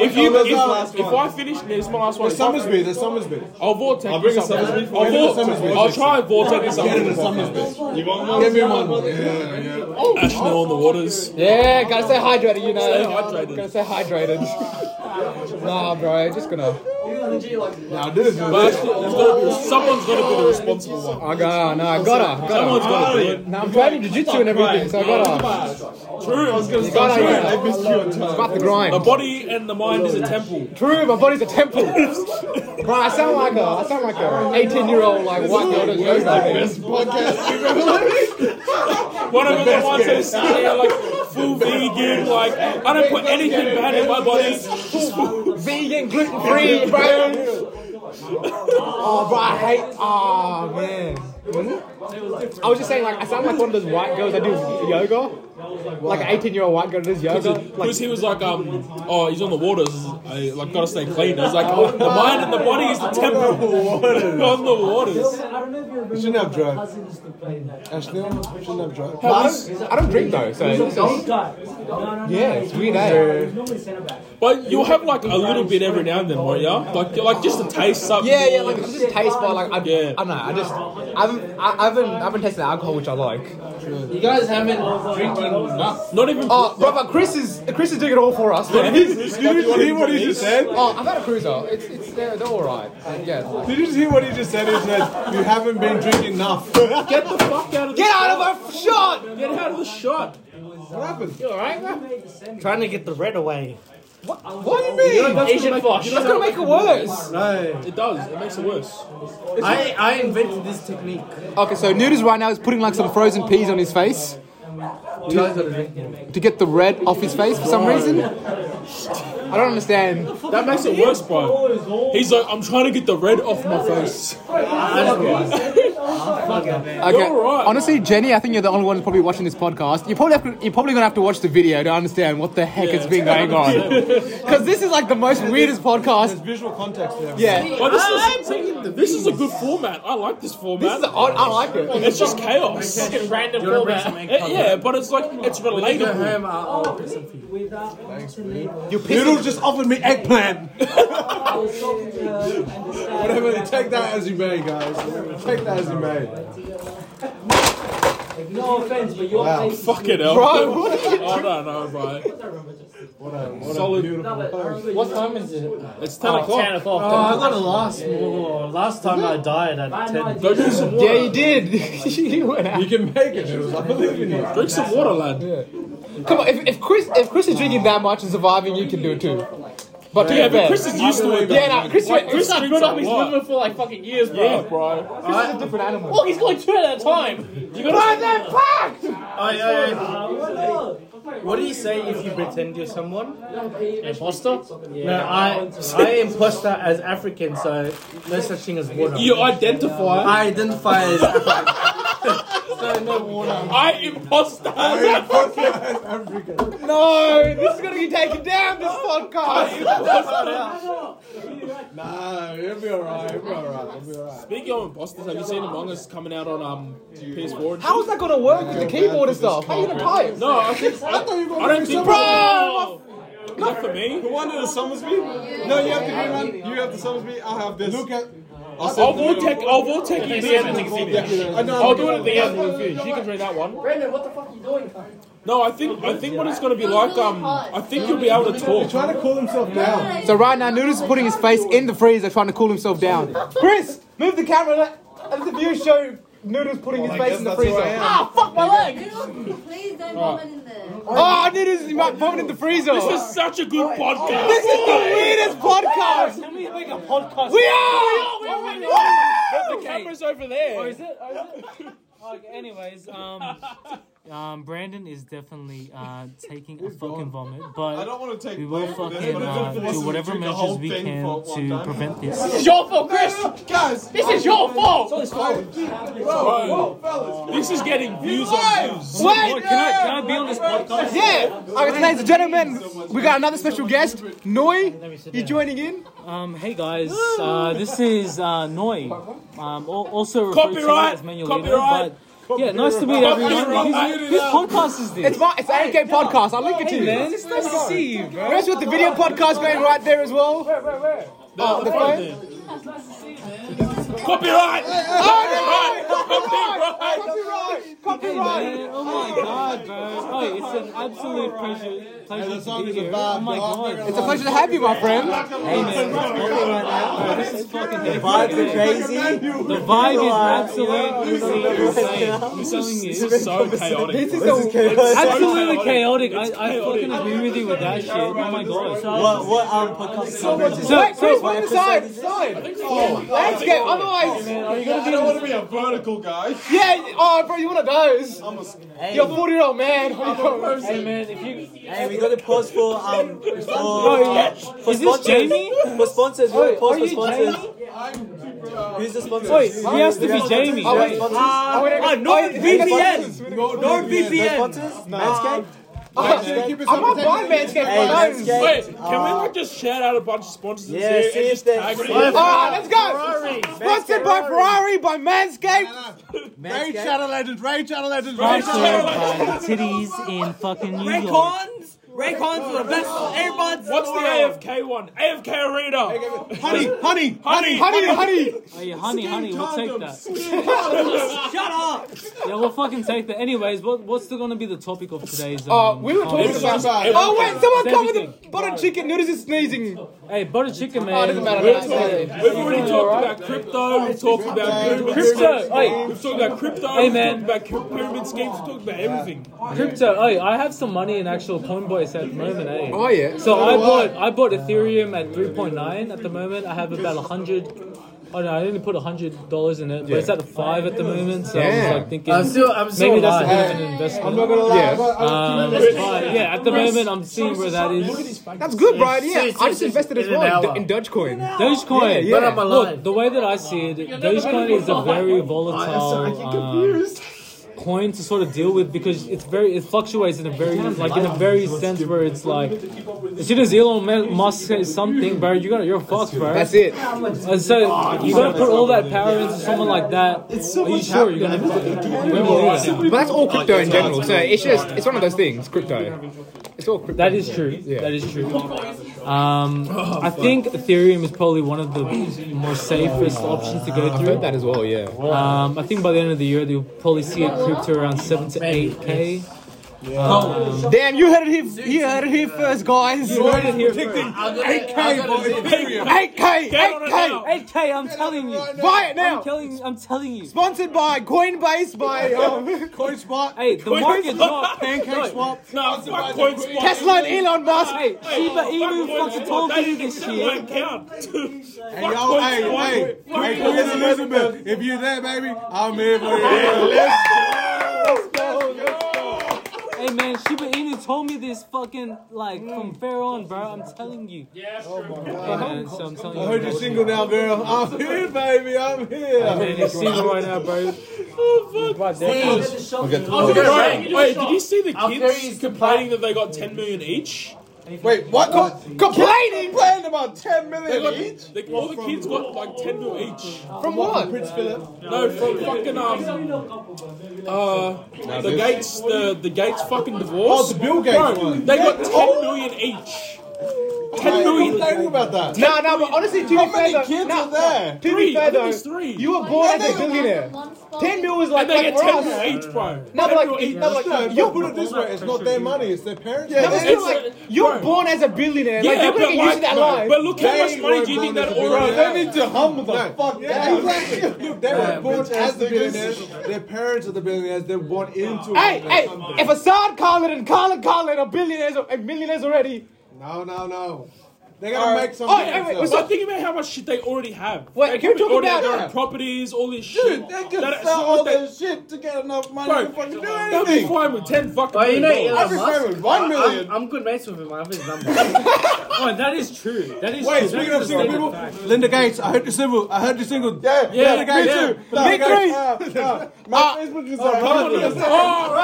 [SPEAKER 5] if you
[SPEAKER 6] Oh, that's
[SPEAKER 5] if,
[SPEAKER 6] our last
[SPEAKER 5] if
[SPEAKER 6] one.
[SPEAKER 5] I finish this, my last one.
[SPEAKER 6] There's Summersby, there's Summersby.
[SPEAKER 5] I'll vortex.
[SPEAKER 6] I'll bring a
[SPEAKER 5] something.
[SPEAKER 6] Summersby for
[SPEAKER 5] I'll,
[SPEAKER 6] you.
[SPEAKER 5] vor-
[SPEAKER 6] Summersby.
[SPEAKER 5] I'll try and vortex
[SPEAKER 6] Get him a
[SPEAKER 5] something.
[SPEAKER 6] Summersby. You want one? Give me one. Yeah, yeah.
[SPEAKER 5] Ashno on the waters.
[SPEAKER 2] yeah, gotta stay hydrated, you know.
[SPEAKER 5] Stay hydrated.
[SPEAKER 2] Gotta stay hydrated. nah, bro, just gonna.
[SPEAKER 6] Now this is
[SPEAKER 5] But Ashno, there's gotta be- someone's got to be the responsible one.
[SPEAKER 2] I got, no, I gotta, gotta.
[SPEAKER 5] Someone's got to do it.
[SPEAKER 2] Now I'm training jujitsu and everything, so I gotta.
[SPEAKER 5] True. I was gonna
[SPEAKER 2] gotta-
[SPEAKER 5] say,
[SPEAKER 6] I missed you on time.
[SPEAKER 2] Got the
[SPEAKER 5] the
[SPEAKER 2] grind.
[SPEAKER 5] body and the mind is a temple.
[SPEAKER 2] True, my body's a temple. bro, I sound like a, I sound like a 18 year old like white girl that's yoga.
[SPEAKER 6] Best podcast you've ever
[SPEAKER 5] One of the ones that is sitting there like full vegan, like I don't put anything bad in my body.
[SPEAKER 2] Vegan, gluten free, bro. oh, bro, I hate. Oh, man. Was it? I was just saying, like, I sound like one of those white girls that do yoga. Like an 18 year old white girl that does yoga. Like,
[SPEAKER 5] Because he was like, um, oh, he's on the waters. I like gotta stay clean. I was like, oh, the mind and the body is the temple. on the waters.
[SPEAKER 6] You shouldn't have drugs. Ashley, you shouldn't have drugs.
[SPEAKER 2] I don't, I don't drink though, so. it's just- yeah, it's weird, eh?
[SPEAKER 5] But you'll have like a little bit every now and then, won't ya? Like, like just to taste something.
[SPEAKER 2] Yeah, yeah, like, I'm just taste bud, like, I,
[SPEAKER 5] Yeah.
[SPEAKER 2] I don't know, I just. I haven't, I, I haven't, I haven't tasted alcohol, which I like.
[SPEAKER 10] You guys haven't drinking enough.
[SPEAKER 5] not even.
[SPEAKER 2] Oh, brother, Chris is, Chris is doing it all for us.
[SPEAKER 5] Not
[SPEAKER 2] man.
[SPEAKER 5] even-
[SPEAKER 6] Did you hear what he just said?
[SPEAKER 2] Oh, I've had a cruiser. It's, it's, they're, they're alright. Yeah.
[SPEAKER 6] Did you just hear what he just said? He said, you haven't been drinking enough. what
[SPEAKER 5] get the fuck out of the
[SPEAKER 2] Get
[SPEAKER 5] shot.
[SPEAKER 2] out of our shot!
[SPEAKER 5] Get out of the shot.
[SPEAKER 6] happened?
[SPEAKER 10] Trying to get the red away.
[SPEAKER 2] What do you mean?
[SPEAKER 10] Asian Fosh.
[SPEAKER 2] That's gonna make it worse.
[SPEAKER 5] It does. It makes it worse.
[SPEAKER 10] I, I invented this technique.
[SPEAKER 2] Okay, so Nudis right now is putting like some frozen peas on his face
[SPEAKER 10] You guys gotta drink it.
[SPEAKER 2] to get the red off his face for some reason. I don't understand.
[SPEAKER 5] That makes it worse, bro. He's like, I'm trying to get the red off my face.
[SPEAKER 8] Fuck it, man.
[SPEAKER 2] Okay.
[SPEAKER 5] You're right.
[SPEAKER 2] Honestly, Jenny, I think you're the only one probably watching this podcast. You probably have to, you're probably gonna have to watch the video to understand what the heck has been going on. Because this is like the most weirdest
[SPEAKER 6] There's
[SPEAKER 2] podcast.
[SPEAKER 6] visual context there.
[SPEAKER 2] Yeah.
[SPEAKER 5] But this is this is a good format. I like this
[SPEAKER 2] This
[SPEAKER 5] format.
[SPEAKER 2] is odd. I like it.
[SPEAKER 5] it's just chaos. Eh,
[SPEAKER 9] Fucking random format.
[SPEAKER 5] yeah, but it's like it's relatable.
[SPEAKER 8] With, uh, Thanks,
[SPEAKER 2] You're
[SPEAKER 6] Noodle
[SPEAKER 2] pissing.
[SPEAKER 6] just offered me eggplant.
[SPEAKER 8] I was talking to her and decided
[SPEAKER 6] Whatever, take that as you may, guys. Take that as you may.
[SPEAKER 8] No offense, but your face.
[SPEAKER 5] Fuck it, hell.
[SPEAKER 2] Bro, what are you
[SPEAKER 5] I don't know, bro.
[SPEAKER 6] What a, what
[SPEAKER 5] Solid.
[SPEAKER 6] a beautiful post.
[SPEAKER 9] What time is it? Oh,
[SPEAKER 5] It's ten
[SPEAKER 9] Ten
[SPEAKER 5] o'clock.
[SPEAKER 9] o'clock. Oh, I gotta last more. Last time I died at ten.
[SPEAKER 5] Go drink some water.
[SPEAKER 2] Yeah, you did. you went out.
[SPEAKER 6] You can make it, Noodles. I believe in you.
[SPEAKER 5] Drink some water, lad.
[SPEAKER 2] Come on, if, if Chris if Chris is drinking that much and surviving, you can do it too. But to
[SPEAKER 5] Yeah,
[SPEAKER 2] be fair,
[SPEAKER 5] but Chris is used to it.
[SPEAKER 2] yeah, no, Chris,
[SPEAKER 5] Like,
[SPEAKER 2] Chris
[SPEAKER 5] Chris
[SPEAKER 2] is
[SPEAKER 9] I've
[SPEAKER 5] drinks
[SPEAKER 9] been
[SPEAKER 5] a
[SPEAKER 9] up his
[SPEAKER 5] lot.
[SPEAKER 9] liver for like fucking years, bro.
[SPEAKER 5] Yeah, bro.
[SPEAKER 2] a different animal.
[SPEAKER 9] Look, he's going two at a time. You gotta.
[SPEAKER 2] that packed!
[SPEAKER 9] What do you say if you pretend you're someone? Imposter? No, I I imposter as African, so no such thing as water.
[SPEAKER 5] You identify.
[SPEAKER 9] I identify as African. so no water.
[SPEAKER 5] I imposter.
[SPEAKER 2] No, this is gonna be taken down. This podcast.
[SPEAKER 6] Nah, it'll be alright. It'll be alright. It'll be alright.
[SPEAKER 5] Speaking of imposters, have you seen Among Us coming out on um PS4?
[SPEAKER 2] How is that gonna work with the keyboard and stuff? How are you gonna type?
[SPEAKER 5] No, I think I,
[SPEAKER 6] thought you were
[SPEAKER 5] I don't think.
[SPEAKER 2] Bro!
[SPEAKER 5] Not for me.
[SPEAKER 3] You want to summons me? No, you have to be one. You have to summons me. I'll have this.
[SPEAKER 6] Look at.
[SPEAKER 5] I'll vortex. I'll vortex you then.
[SPEAKER 6] I know.
[SPEAKER 5] I'll do it at the end. Luffy. You can drink that one.
[SPEAKER 8] Brandon, what the fuck are you doing?
[SPEAKER 5] No, I think I think what it's gonna be like. Um, I think you'll be able to talk.
[SPEAKER 6] Trying to cool himself down.
[SPEAKER 2] So right now, Noodles is putting his face in the freezer, trying to cool himself down. Chris, move the camera. Let, let the viewers show Noodles putting his face in the freezer.
[SPEAKER 9] Ah, fuck my leg!
[SPEAKER 7] Noodles, please don't vomit in there.
[SPEAKER 2] Oh, Noodles is not vomit in the freezer.
[SPEAKER 5] This is such a good podcast.
[SPEAKER 2] This is the weirdest podcast.
[SPEAKER 9] Can we make a podcast?
[SPEAKER 2] We are.
[SPEAKER 5] The camera's over there.
[SPEAKER 9] is it? Okay, anyways, um, um, Brandon is definitely uh, taking a fucking vomit, but
[SPEAKER 3] I don't want to take
[SPEAKER 9] we will
[SPEAKER 3] blame for this,
[SPEAKER 9] fucking
[SPEAKER 3] but
[SPEAKER 9] uh,
[SPEAKER 3] if it
[SPEAKER 9] do whatever measures we can to prevent this.
[SPEAKER 8] It's your fault, Chris!
[SPEAKER 3] Guys,
[SPEAKER 8] This is your fault!
[SPEAKER 5] This is getting views on views.
[SPEAKER 2] Wait.
[SPEAKER 9] Can I, can I be on this podcast?
[SPEAKER 2] Yeah. All right, ladies and gentlemen, we got another special guest, Noi. You joining in?
[SPEAKER 9] Um, hey guys, uh, this is uh, Noi. Um, al- also referred to
[SPEAKER 5] Copyright,
[SPEAKER 9] as Manuel Lino,
[SPEAKER 5] copyright,
[SPEAKER 9] but yeah, nice to meet everyone.
[SPEAKER 5] Copyright.
[SPEAKER 9] Whose- Whose podcast is this?
[SPEAKER 2] It's my, it's an AK podcast. I'll link it to you.
[SPEAKER 9] it's nice to see you, bro.
[SPEAKER 2] Where's with the video podcast going right there as well? Where, where, where? Oh, the phone.
[SPEAKER 5] Copyright. Copyright. Copyright.
[SPEAKER 2] Copyright!
[SPEAKER 9] Hey,
[SPEAKER 2] Copyright!
[SPEAKER 9] man. Oh my god, bro. Oh, it's an absolute pleasure, pleasure to be here. Oh my god.
[SPEAKER 2] It's a pleasure to have you, my friend.
[SPEAKER 9] This is fucking the vibe is crazy. The vibe is absolutely insane.
[SPEAKER 5] This is this is so chaotic.
[SPEAKER 2] This is the
[SPEAKER 9] Absolutely chaotic. I, I fucking agree with you with that shit. Oh my god. What what um podcast? So much is
[SPEAKER 2] wait, Chris, wait aside, aside. Landscape, otherwise,
[SPEAKER 3] I don't want to be a vertical guy.
[SPEAKER 2] yeah. Oh, bro, you one of those? You're a forty-year-old man.
[SPEAKER 9] Hey man, if you
[SPEAKER 11] Hey, we gotta pause for um for, for
[SPEAKER 9] is this
[SPEAKER 11] sponsors.
[SPEAKER 9] Jamie?
[SPEAKER 11] For sponsors, we gotta pause
[SPEAKER 9] are
[SPEAKER 11] for
[SPEAKER 9] you
[SPEAKER 11] sponsors. Who's the sponsor?
[SPEAKER 9] Wait, he has to be Jamie.
[SPEAKER 2] Oh, wait.
[SPEAKER 11] Sponsors? ah,
[SPEAKER 2] Uh, no VPN.
[SPEAKER 11] no VPN. Sponsors? Manscaped?
[SPEAKER 2] I'm not buying Manscaped
[SPEAKER 11] Hey,
[SPEAKER 2] for those.
[SPEAKER 11] Manscaped.
[SPEAKER 5] Wait, can we like just shout out a bunch of sponsors
[SPEAKER 11] Yeah,
[SPEAKER 5] here
[SPEAKER 11] see
[SPEAKER 5] and
[SPEAKER 11] if
[SPEAKER 5] just
[SPEAKER 11] they-
[SPEAKER 5] tag them?
[SPEAKER 11] Yeah.
[SPEAKER 5] in?
[SPEAKER 2] Ah, let's go. Sponsored by Ferrari, by Manscaped.
[SPEAKER 6] Ray Shadow Legends. Ray Shadow Legends. Ray
[SPEAKER 9] Sponsored
[SPEAKER 6] Shadow
[SPEAKER 9] by the titties in fucking New York.
[SPEAKER 11] Raycons? Raycons are the best earbuds.
[SPEAKER 5] What's the AFK one? AFK Arena.
[SPEAKER 6] Honey, honey.
[SPEAKER 5] Honey.
[SPEAKER 2] Honey, honey.
[SPEAKER 9] Hey, honey, honey, we'll take that.
[SPEAKER 11] Shut up!
[SPEAKER 9] Yeah, we'll fucking take that. Anyways, what, what's the, gonna be the topic of today's? Um,
[SPEAKER 2] Uh, we were talking
[SPEAKER 5] It's
[SPEAKER 2] about.
[SPEAKER 5] just
[SPEAKER 2] Oh wait, someone come with a
[SPEAKER 9] everything.
[SPEAKER 2] butter chicken. Noodles is sneezing. Oh,
[SPEAKER 9] Hey, butter chicken man.
[SPEAKER 2] it doesn't matter.
[SPEAKER 5] We're
[SPEAKER 2] man.
[SPEAKER 5] talking- We've already talked about crypto. We've talked about pyramid
[SPEAKER 9] Crypto,
[SPEAKER 5] schemes.
[SPEAKER 9] hey.
[SPEAKER 5] We've talked about crypto.
[SPEAKER 9] Hey, man.
[SPEAKER 5] We've talked about pyramid schemes. We've talked about everything.
[SPEAKER 9] Crypto. Hey, I have some money in actual Coinbase at the moment. Eh?
[SPEAKER 2] Oh yeah.
[SPEAKER 9] So I bought I bought Ethereum at 3.9 at the moment. I have about 100
[SPEAKER 11] Oh no, I didn't put hundred dollars in it, but it's at a five at the moment. So I was
[SPEAKER 2] Yeah.
[SPEAKER 11] like thinking,
[SPEAKER 9] I'm still, I'm still
[SPEAKER 11] maybe that's a
[SPEAKER 9] alive.
[SPEAKER 11] bit of an investment.
[SPEAKER 6] I'm not gonna lie.
[SPEAKER 2] Yeah.
[SPEAKER 6] but I-
[SPEAKER 11] Um, but yeah, at the moment I'm seeing where that is.
[SPEAKER 2] That's good, Brian.
[SPEAKER 9] Yeah,
[SPEAKER 2] Yeah,
[SPEAKER 9] it's-
[SPEAKER 2] I
[SPEAKER 9] it's-
[SPEAKER 2] just invested as
[SPEAKER 9] in an
[SPEAKER 2] well
[SPEAKER 9] hour.
[SPEAKER 2] in, in Dogecoin.
[SPEAKER 11] Dogecoin.
[SPEAKER 2] Yeah, yeah.
[SPEAKER 9] I'm alive.
[SPEAKER 11] Look, the way that I see it, Dogecoin is a very volatile um, coin to sort of deal with because it's very it fluctuates in a very like in a very sense where it's like as soon as Elon Ma- Musk says something, bro, you got you're fucked, bro.
[SPEAKER 2] That's it.
[SPEAKER 11] And so
[SPEAKER 9] Oh,
[SPEAKER 11] you gotta put all that power into someone like that. Are you sure you're gonna? you won't do that.
[SPEAKER 2] But that's all crypto in general. So it's just it's one of those things. Crypto. It's all crypto.
[SPEAKER 11] That is true. That is true. Um,
[SPEAKER 9] Oh,
[SPEAKER 11] I think Ethereum is probably one of the more safest options to
[SPEAKER 9] Uh,
[SPEAKER 11] go
[SPEAKER 2] I've heard
[SPEAKER 11] through.
[SPEAKER 2] that as well. Yeah.
[SPEAKER 11] Um, I think by the end of the year, they'll probably see it creep to around seven to eight k.
[SPEAKER 2] Damn, you heard it here. You heard it here first, guys. Eight K. Eight K.
[SPEAKER 11] Eight k, I'm telling you.
[SPEAKER 2] Buy it
[SPEAKER 11] I'm
[SPEAKER 2] now.
[SPEAKER 11] telling, I'm telling you.
[SPEAKER 2] Sponsored by Coinbase by um,
[SPEAKER 11] Hey, the market's not
[SPEAKER 6] Pancake swap.
[SPEAKER 5] Nah, fuck coin spot.
[SPEAKER 2] Tesla and Elon Musk.
[SPEAKER 11] Hey, Shiba Inu fucking told you this year.
[SPEAKER 5] That don't count.
[SPEAKER 6] Hey, yo, hey, hey, hey, Queen Elizabeth, if you're there, baby, I'm here for you.
[SPEAKER 11] Hey man, Shiba Inu told me this fucking like from fair on, bro. I'm telling you. Yeah, Hey, man, so I'm telling you.
[SPEAKER 6] I heard you're single now, girl. I'm here, baby, I'm here.
[SPEAKER 11] Man, you're single right now, bro.
[SPEAKER 5] Right. Wait, did you see the
[SPEAKER 9] Algerians
[SPEAKER 5] kids complaining that they got 10 million each?
[SPEAKER 6] Wait, what?
[SPEAKER 2] Complaining.
[SPEAKER 6] Playing about 10 million each?
[SPEAKER 5] Like, all the kids got like 10 mil each.
[SPEAKER 2] From what?
[SPEAKER 6] Prince Philip.
[SPEAKER 5] No, from fucking um, uh, the Gates, the the Gates fucking
[SPEAKER 6] Oh,
[SPEAKER 5] divorce.
[SPEAKER 6] the Bill Gates one.
[SPEAKER 5] They got 10 million each. 10
[SPEAKER 6] What
[SPEAKER 5] million.
[SPEAKER 6] do you think about that?
[SPEAKER 2] No, no, but honestly, to be
[SPEAKER 6] How many
[SPEAKER 2] fair though,
[SPEAKER 6] kids
[SPEAKER 2] no,
[SPEAKER 6] are there?
[SPEAKER 2] to be
[SPEAKER 5] Three.
[SPEAKER 2] fair
[SPEAKER 5] I think
[SPEAKER 2] though,
[SPEAKER 5] it's three.
[SPEAKER 2] you were born as a billionaire. Ten mil was like,
[SPEAKER 5] And they
[SPEAKER 2] like
[SPEAKER 5] get
[SPEAKER 2] for us.
[SPEAKER 5] 10 mil each, bro.
[SPEAKER 2] No, but
[SPEAKER 5] 10 mil
[SPEAKER 2] like,
[SPEAKER 5] each.
[SPEAKER 2] no, but
[SPEAKER 6] No,
[SPEAKER 2] like,
[SPEAKER 6] you
[SPEAKER 2] you're,
[SPEAKER 6] put it this way, it's not their money, it's their parents.
[SPEAKER 2] no, but
[SPEAKER 6] money.
[SPEAKER 2] still,
[SPEAKER 5] it's-
[SPEAKER 2] like, you're
[SPEAKER 5] bro.
[SPEAKER 2] born as a billionaire. Like,
[SPEAKER 5] Yeah,
[SPEAKER 2] you're gonna
[SPEAKER 5] but
[SPEAKER 2] get used to
[SPEAKER 5] like-
[SPEAKER 2] that life.
[SPEAKER 5] But look how much money do you
[SPEAKER 6] were
[SPEAKER 5] think that
[SPEAKER 6] born as a
[SPEAKER 5] already?
[SPEAKER 6] billionaire.
[SPEAKER 5] They need
[SPEAKER 6] to humble the
[SPEAKER 3] fuck
[SPEAKER 6] Yeah, exactly. Look, they were born as the billionaires. Their parents are the billionaires. They're born into it.
[SPEAKER 2] Hey, hey, if Assad Khalid and Khalid Khalid are billionaires and millionaires already,
[SPEAKER 6] No, no, no. They gotta make some.
[SPEAKER 2] Oh, wait, wait,
[SPEAKER 6] themselves.
[SPEAKER 2] wait,
[SPEAKER 5] But think about how much shit they already have.
[SPEAKER 2] Wait,
[SPEAKER 5] They
[SPEAKER 2] can we talk
[SPEAKER 5] probably already
[SPEAKER 2] about
[SPEAKER 5] have their
[SPEAKER 2] that?
[SPEAKER 5] own properties, all this shit.
[SPEAKER 6] Dude, they could
[SPEAKER 5] That-
[SPEAKER 6] sell
[SPEAKER 5] so
[SPEAKER 6] all
[SPEAKER 5] they-
[SPEAKER 6] their shit to get enough money
[SPEAKER 5] Bro,
[SPEAKER 6] to fucking do
[SPEAKER 5] They'll be
[SPEAKER 6] anything.
[SPEAKER 5] fine with 10 fucking
[SPEAKER 9] Oh, you know
[SPEAKER 5] million
[SPEAKER 9] Elon
[SPEAKER 5] dollars.
[SPEAKER 6] Every
[SPEAKER 9] Musk.
[SPEAKER 6] family, one million.
[SPEAKER 9] I'm, I'm good mates with him. I have his number.
[SPEAKER 11] Oh, that is true. That is true.
[SPEAKER 6] Wait, speaking
[SPEAKER 11] That's
[SPEAKER 6] of single
[SPEAKER 11] a statement
[SPEAKER 6] people,
[SPEAKER 11] fact.
[SPEAKER 6] Linda Gates, I heard you're single. I heard you're single. Yeah,
[SPEAKER 11] yeah,
[SPEAKER 6] Linda Gates
[SPEAKER 11] yeah.
[SPEAKER 6] too. Linda Gates. Uh, uh, My Facebook is
[SPEAKER 5] Oh.
[SPEAKER 6] on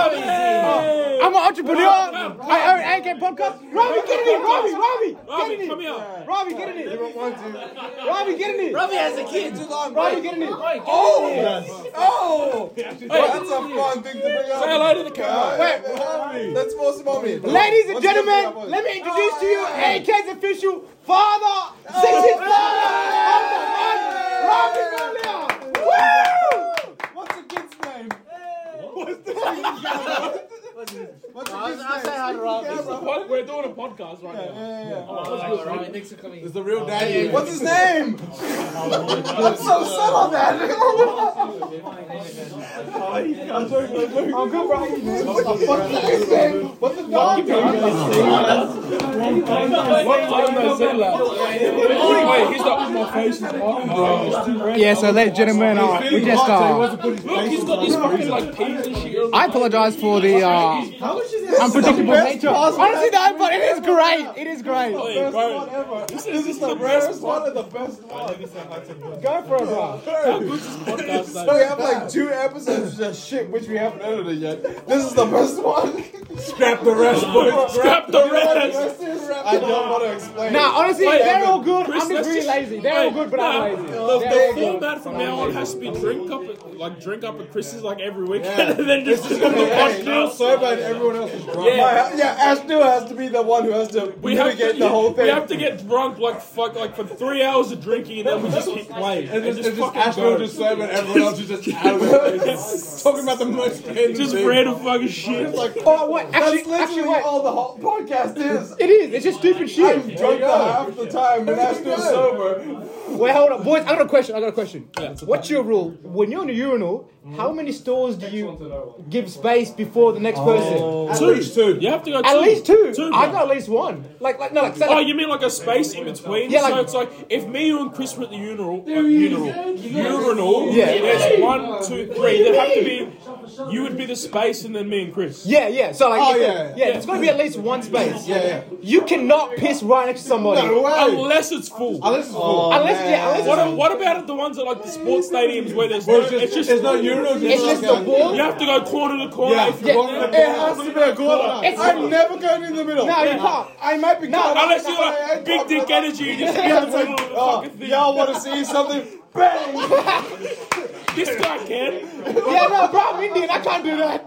[SPEAKER 2] I'm an entrepreneur. I own AK Podcast. Robbie, get in it. Robbie, Robbie,
[SPEAKER 5] Robbie,
[SPEAKER 2] get in
[SPEAKER 5] come
[SPEAKER 2] it.
[SPEAKER 5] here.
[SPEAKER 2] Robbie, get in it.
[SPEAKER 6] don't want to.
[SPEAKER 2] Robbie, get in it.
[SPEAKER 9] Robbie has a kid.
[SPEAKER 2] Robbie, get in it.
[SPEAKER 6] Oh, oh, that's a fun thing to bring up.
[SPEAKER 5] Say hello to the camera.
[SPEAKER 6] Wait, let's force him on me.
[SPEAKER 2] Ladies and gentlemen, let me introduce to
[SPEAKER 6] Oh,
[SPEAKER 2] you AK's official father, Six's father of the month, Robbie Williams.
[SPEAKER 6] What's the kid's name?
[SPEAKER 9] I'll, I'll say hi to Robbie.
[SPEAKER 5] What? We're doing a podcast right now.
[SPEAKER 6] Oh, It's the real daddy. What's his name? I'm Oh, so set on that. I'm sorry, I'm sorry. I'm good, bro. What's the fuck's his name? What's the dog
[SPEAKER 5] Wait, he's not my face. is hot.
[SPEAKER 2] Yeah, so ladies and gentlemen, uh, we just uh,
[SPEAKER 5] Look, he's got this fucking like peas and shit.
[SPEAKER 2] I apologize for the uh, unpredictable nature. Honestly, no, but it is great. It is great.
[SPEAKER 5] Hey, bro.
[SPEAKER 6] ever.
[SPEAKER 5] This is, this is the
[SPEAKER 6] The
[SPEAKER 5] best
[SPEAKER 6] rarest
[SPEAKER 5] one.
[SPEAKER 6] one of the best ones.
[SPEAKER 2] Go for it, bro.
[SPEAKER 5] podcast.
[SPEAKER 6] We have like two episodes of just shit which we haven't edited yet. This is the best one. Scrap the rest, boys.
[SPEAKER 5] Scrap the rest.
[SPEAKER 6] I don't want to explain.
[SPEAKER 2] Nah, honestly,
[SPEAKER 5] Wait,
[SPEAKER 2] they're all good.
[SPEAKER 5] Chris,
[SPEAKER 2] I'm just
[SPEAKER 5] let's
[SPEAKER 2] really
[SPEAKER 5] just-
[SPEAKER 2] lazy. They're all
[SPEAKER 5] Hey,
[SPEAKER 2] good, but
[SPEAKER 5] nah,
[SPEAKER 2] I'm lazy.
[SPEAKER 5] The,
[SPEAKER 2] They're all
[SPEAKER 5] the
[SPEAKER 2] good.
[SPEAKER 5] format from now on has to be drink up, at- like drink up at Chris's like every weekend, and then just do the
[SPEAKER 6] Hey, I'm
[SPEAKER 5] podcast.
[SPEAKER 6] so bad everyone else is drunk.
[SPEAKER 5] Yeah.
[SPEAKER 6] Yeah, yeah Ashton has to be the one who has to
[SPEAKER 5] We have, to,
[SPEAKER 6] mitigate the whole thing.
[SPEAKER 5] we have to get drunk like fuck like for three hours of drinking and then we just hit play.
[SPEAKER 6] and
[SPEAKER 5] And
[SPEAKER 6] just,
[SPEAKER 5] just,
[SPEAKER 6] and just
[SPEAKER 5] fucking
[SPEAKER 6] Ashton
[SPEAKER 5] go.
[SPEAKER 6] just so bad everyone else is just out of it. It's Talking about the most random
[SPEAKER 5] just
[SPEAKER 6] thing.
[SPEAKER 5] random fucking shit.
[SPEAKER 6] Like,
[SPEAKER 2] Oh, wait,
[SPEAKER 6] that's
[SPEAKER 2] actually,
[SPEAKER 6] literally
[SPEAKER 2] actually, wait.
[SPEAKER 6] all the whole podcast is.
[SPEAKER 2] It is. It's just stupid
[SPEAKER 6] I'm
[SPEAKER 2] shit.
[SPEAKER 6] drunk half the time and Ashton's sober.
[SPEAKER 2] Wait, hold up, boys. I got a question. I got a question. What's your rule when you're in a urinal? How many stores do you give space before the next person?
[SPEAKER 6] Two, two.
[SPEAKER 5] You have to go
[SPEAKER 2] At
[SPEAKER 5] two.
[SPEAKER 2] least two.
[SPEAKER 5] Two,
[SPEAKER 2] I I know at least one. Like, like no, like, so,
[SPEAKER 5] Oh,
[SPEAKER 2] like
[SPEAKER 5] you mean like a space in between?
[SPEAKER 2] Yeah, like-
[SPEAKER 5] so it's like if me you and Chris were at the urinal, uh, urinal, urinal,
[SPEAKER 2] Yeah.
[SPEAKER 5] there's one, two, three. There'd have to be, you would be the space, and then me and Chris.
[SPEAKER 2] yeah, yeah. So like,
[SPEAKER 6] Oh,
[SPEAKER 2] if-
[SPEAKER 6] yeah,
[SPEAKER 2] yeah. It's gonna be at least one space.
[SPEAKER 6] Yeah, yeah.
[SPEAKER 2] You cannot piss right next to somebody.
[SPEAKER 6] No way.
[SPEAKER 5] Unless Oh, it's full.
[SPEAKER 6] Unless it's full.
[SPEAKER 2] Unless, yeah, unless
[SPEAKER 5] What, a- what about the ones at like the sports stadiums where there's
[SPEAKER 6] Well,
[SPEAKER 5] no, it's just
[SPEAKER 6] there's no urinal.
[SPEAKER 2] it's just the wall.
[SPEAKER 5] You have to go corner to corner.
[SPEAKER 6] Yeah,
[SPEAKER 5] if you
[SPEAKER 6] yeah.
[SPEAKER 5] want
[SPEAKER 6] It has to be a corner.
[SPEAKER 2] It's-
[SPEAKER 6] I'm never going in the middle.
[SPEAKER 2] No, you can't.
[SPEAKER 6] I might be caught up
[SPEAKER 5] Unless
[SPEAKER 6] in
[SPEAKER 5] you're
[SPEAKER 6] the high
[SPEAKER 5] like
[SPEAKER 6] end
[SPEAKER 5] big
[SPEAKER 6] of
[SPEAKER 5] dick
[SPEAKER 6] the-
[SPEAKER 5] energy, you just
[SPEAKER 6] Yeah, it's
[SPEAKER 5] the
[SPEAKER 6] like,
[SPEAKER 5] middle of the
[SPEAKER 6] oh,
[SPEAKER 5] fucking thing.
[SPEAKER 6] y'all want to see something? Bang!
[SPEAKER 5] This guy can.
[SPEAKER 2] Yeah, no, bro, I'm Indian. I can't do that.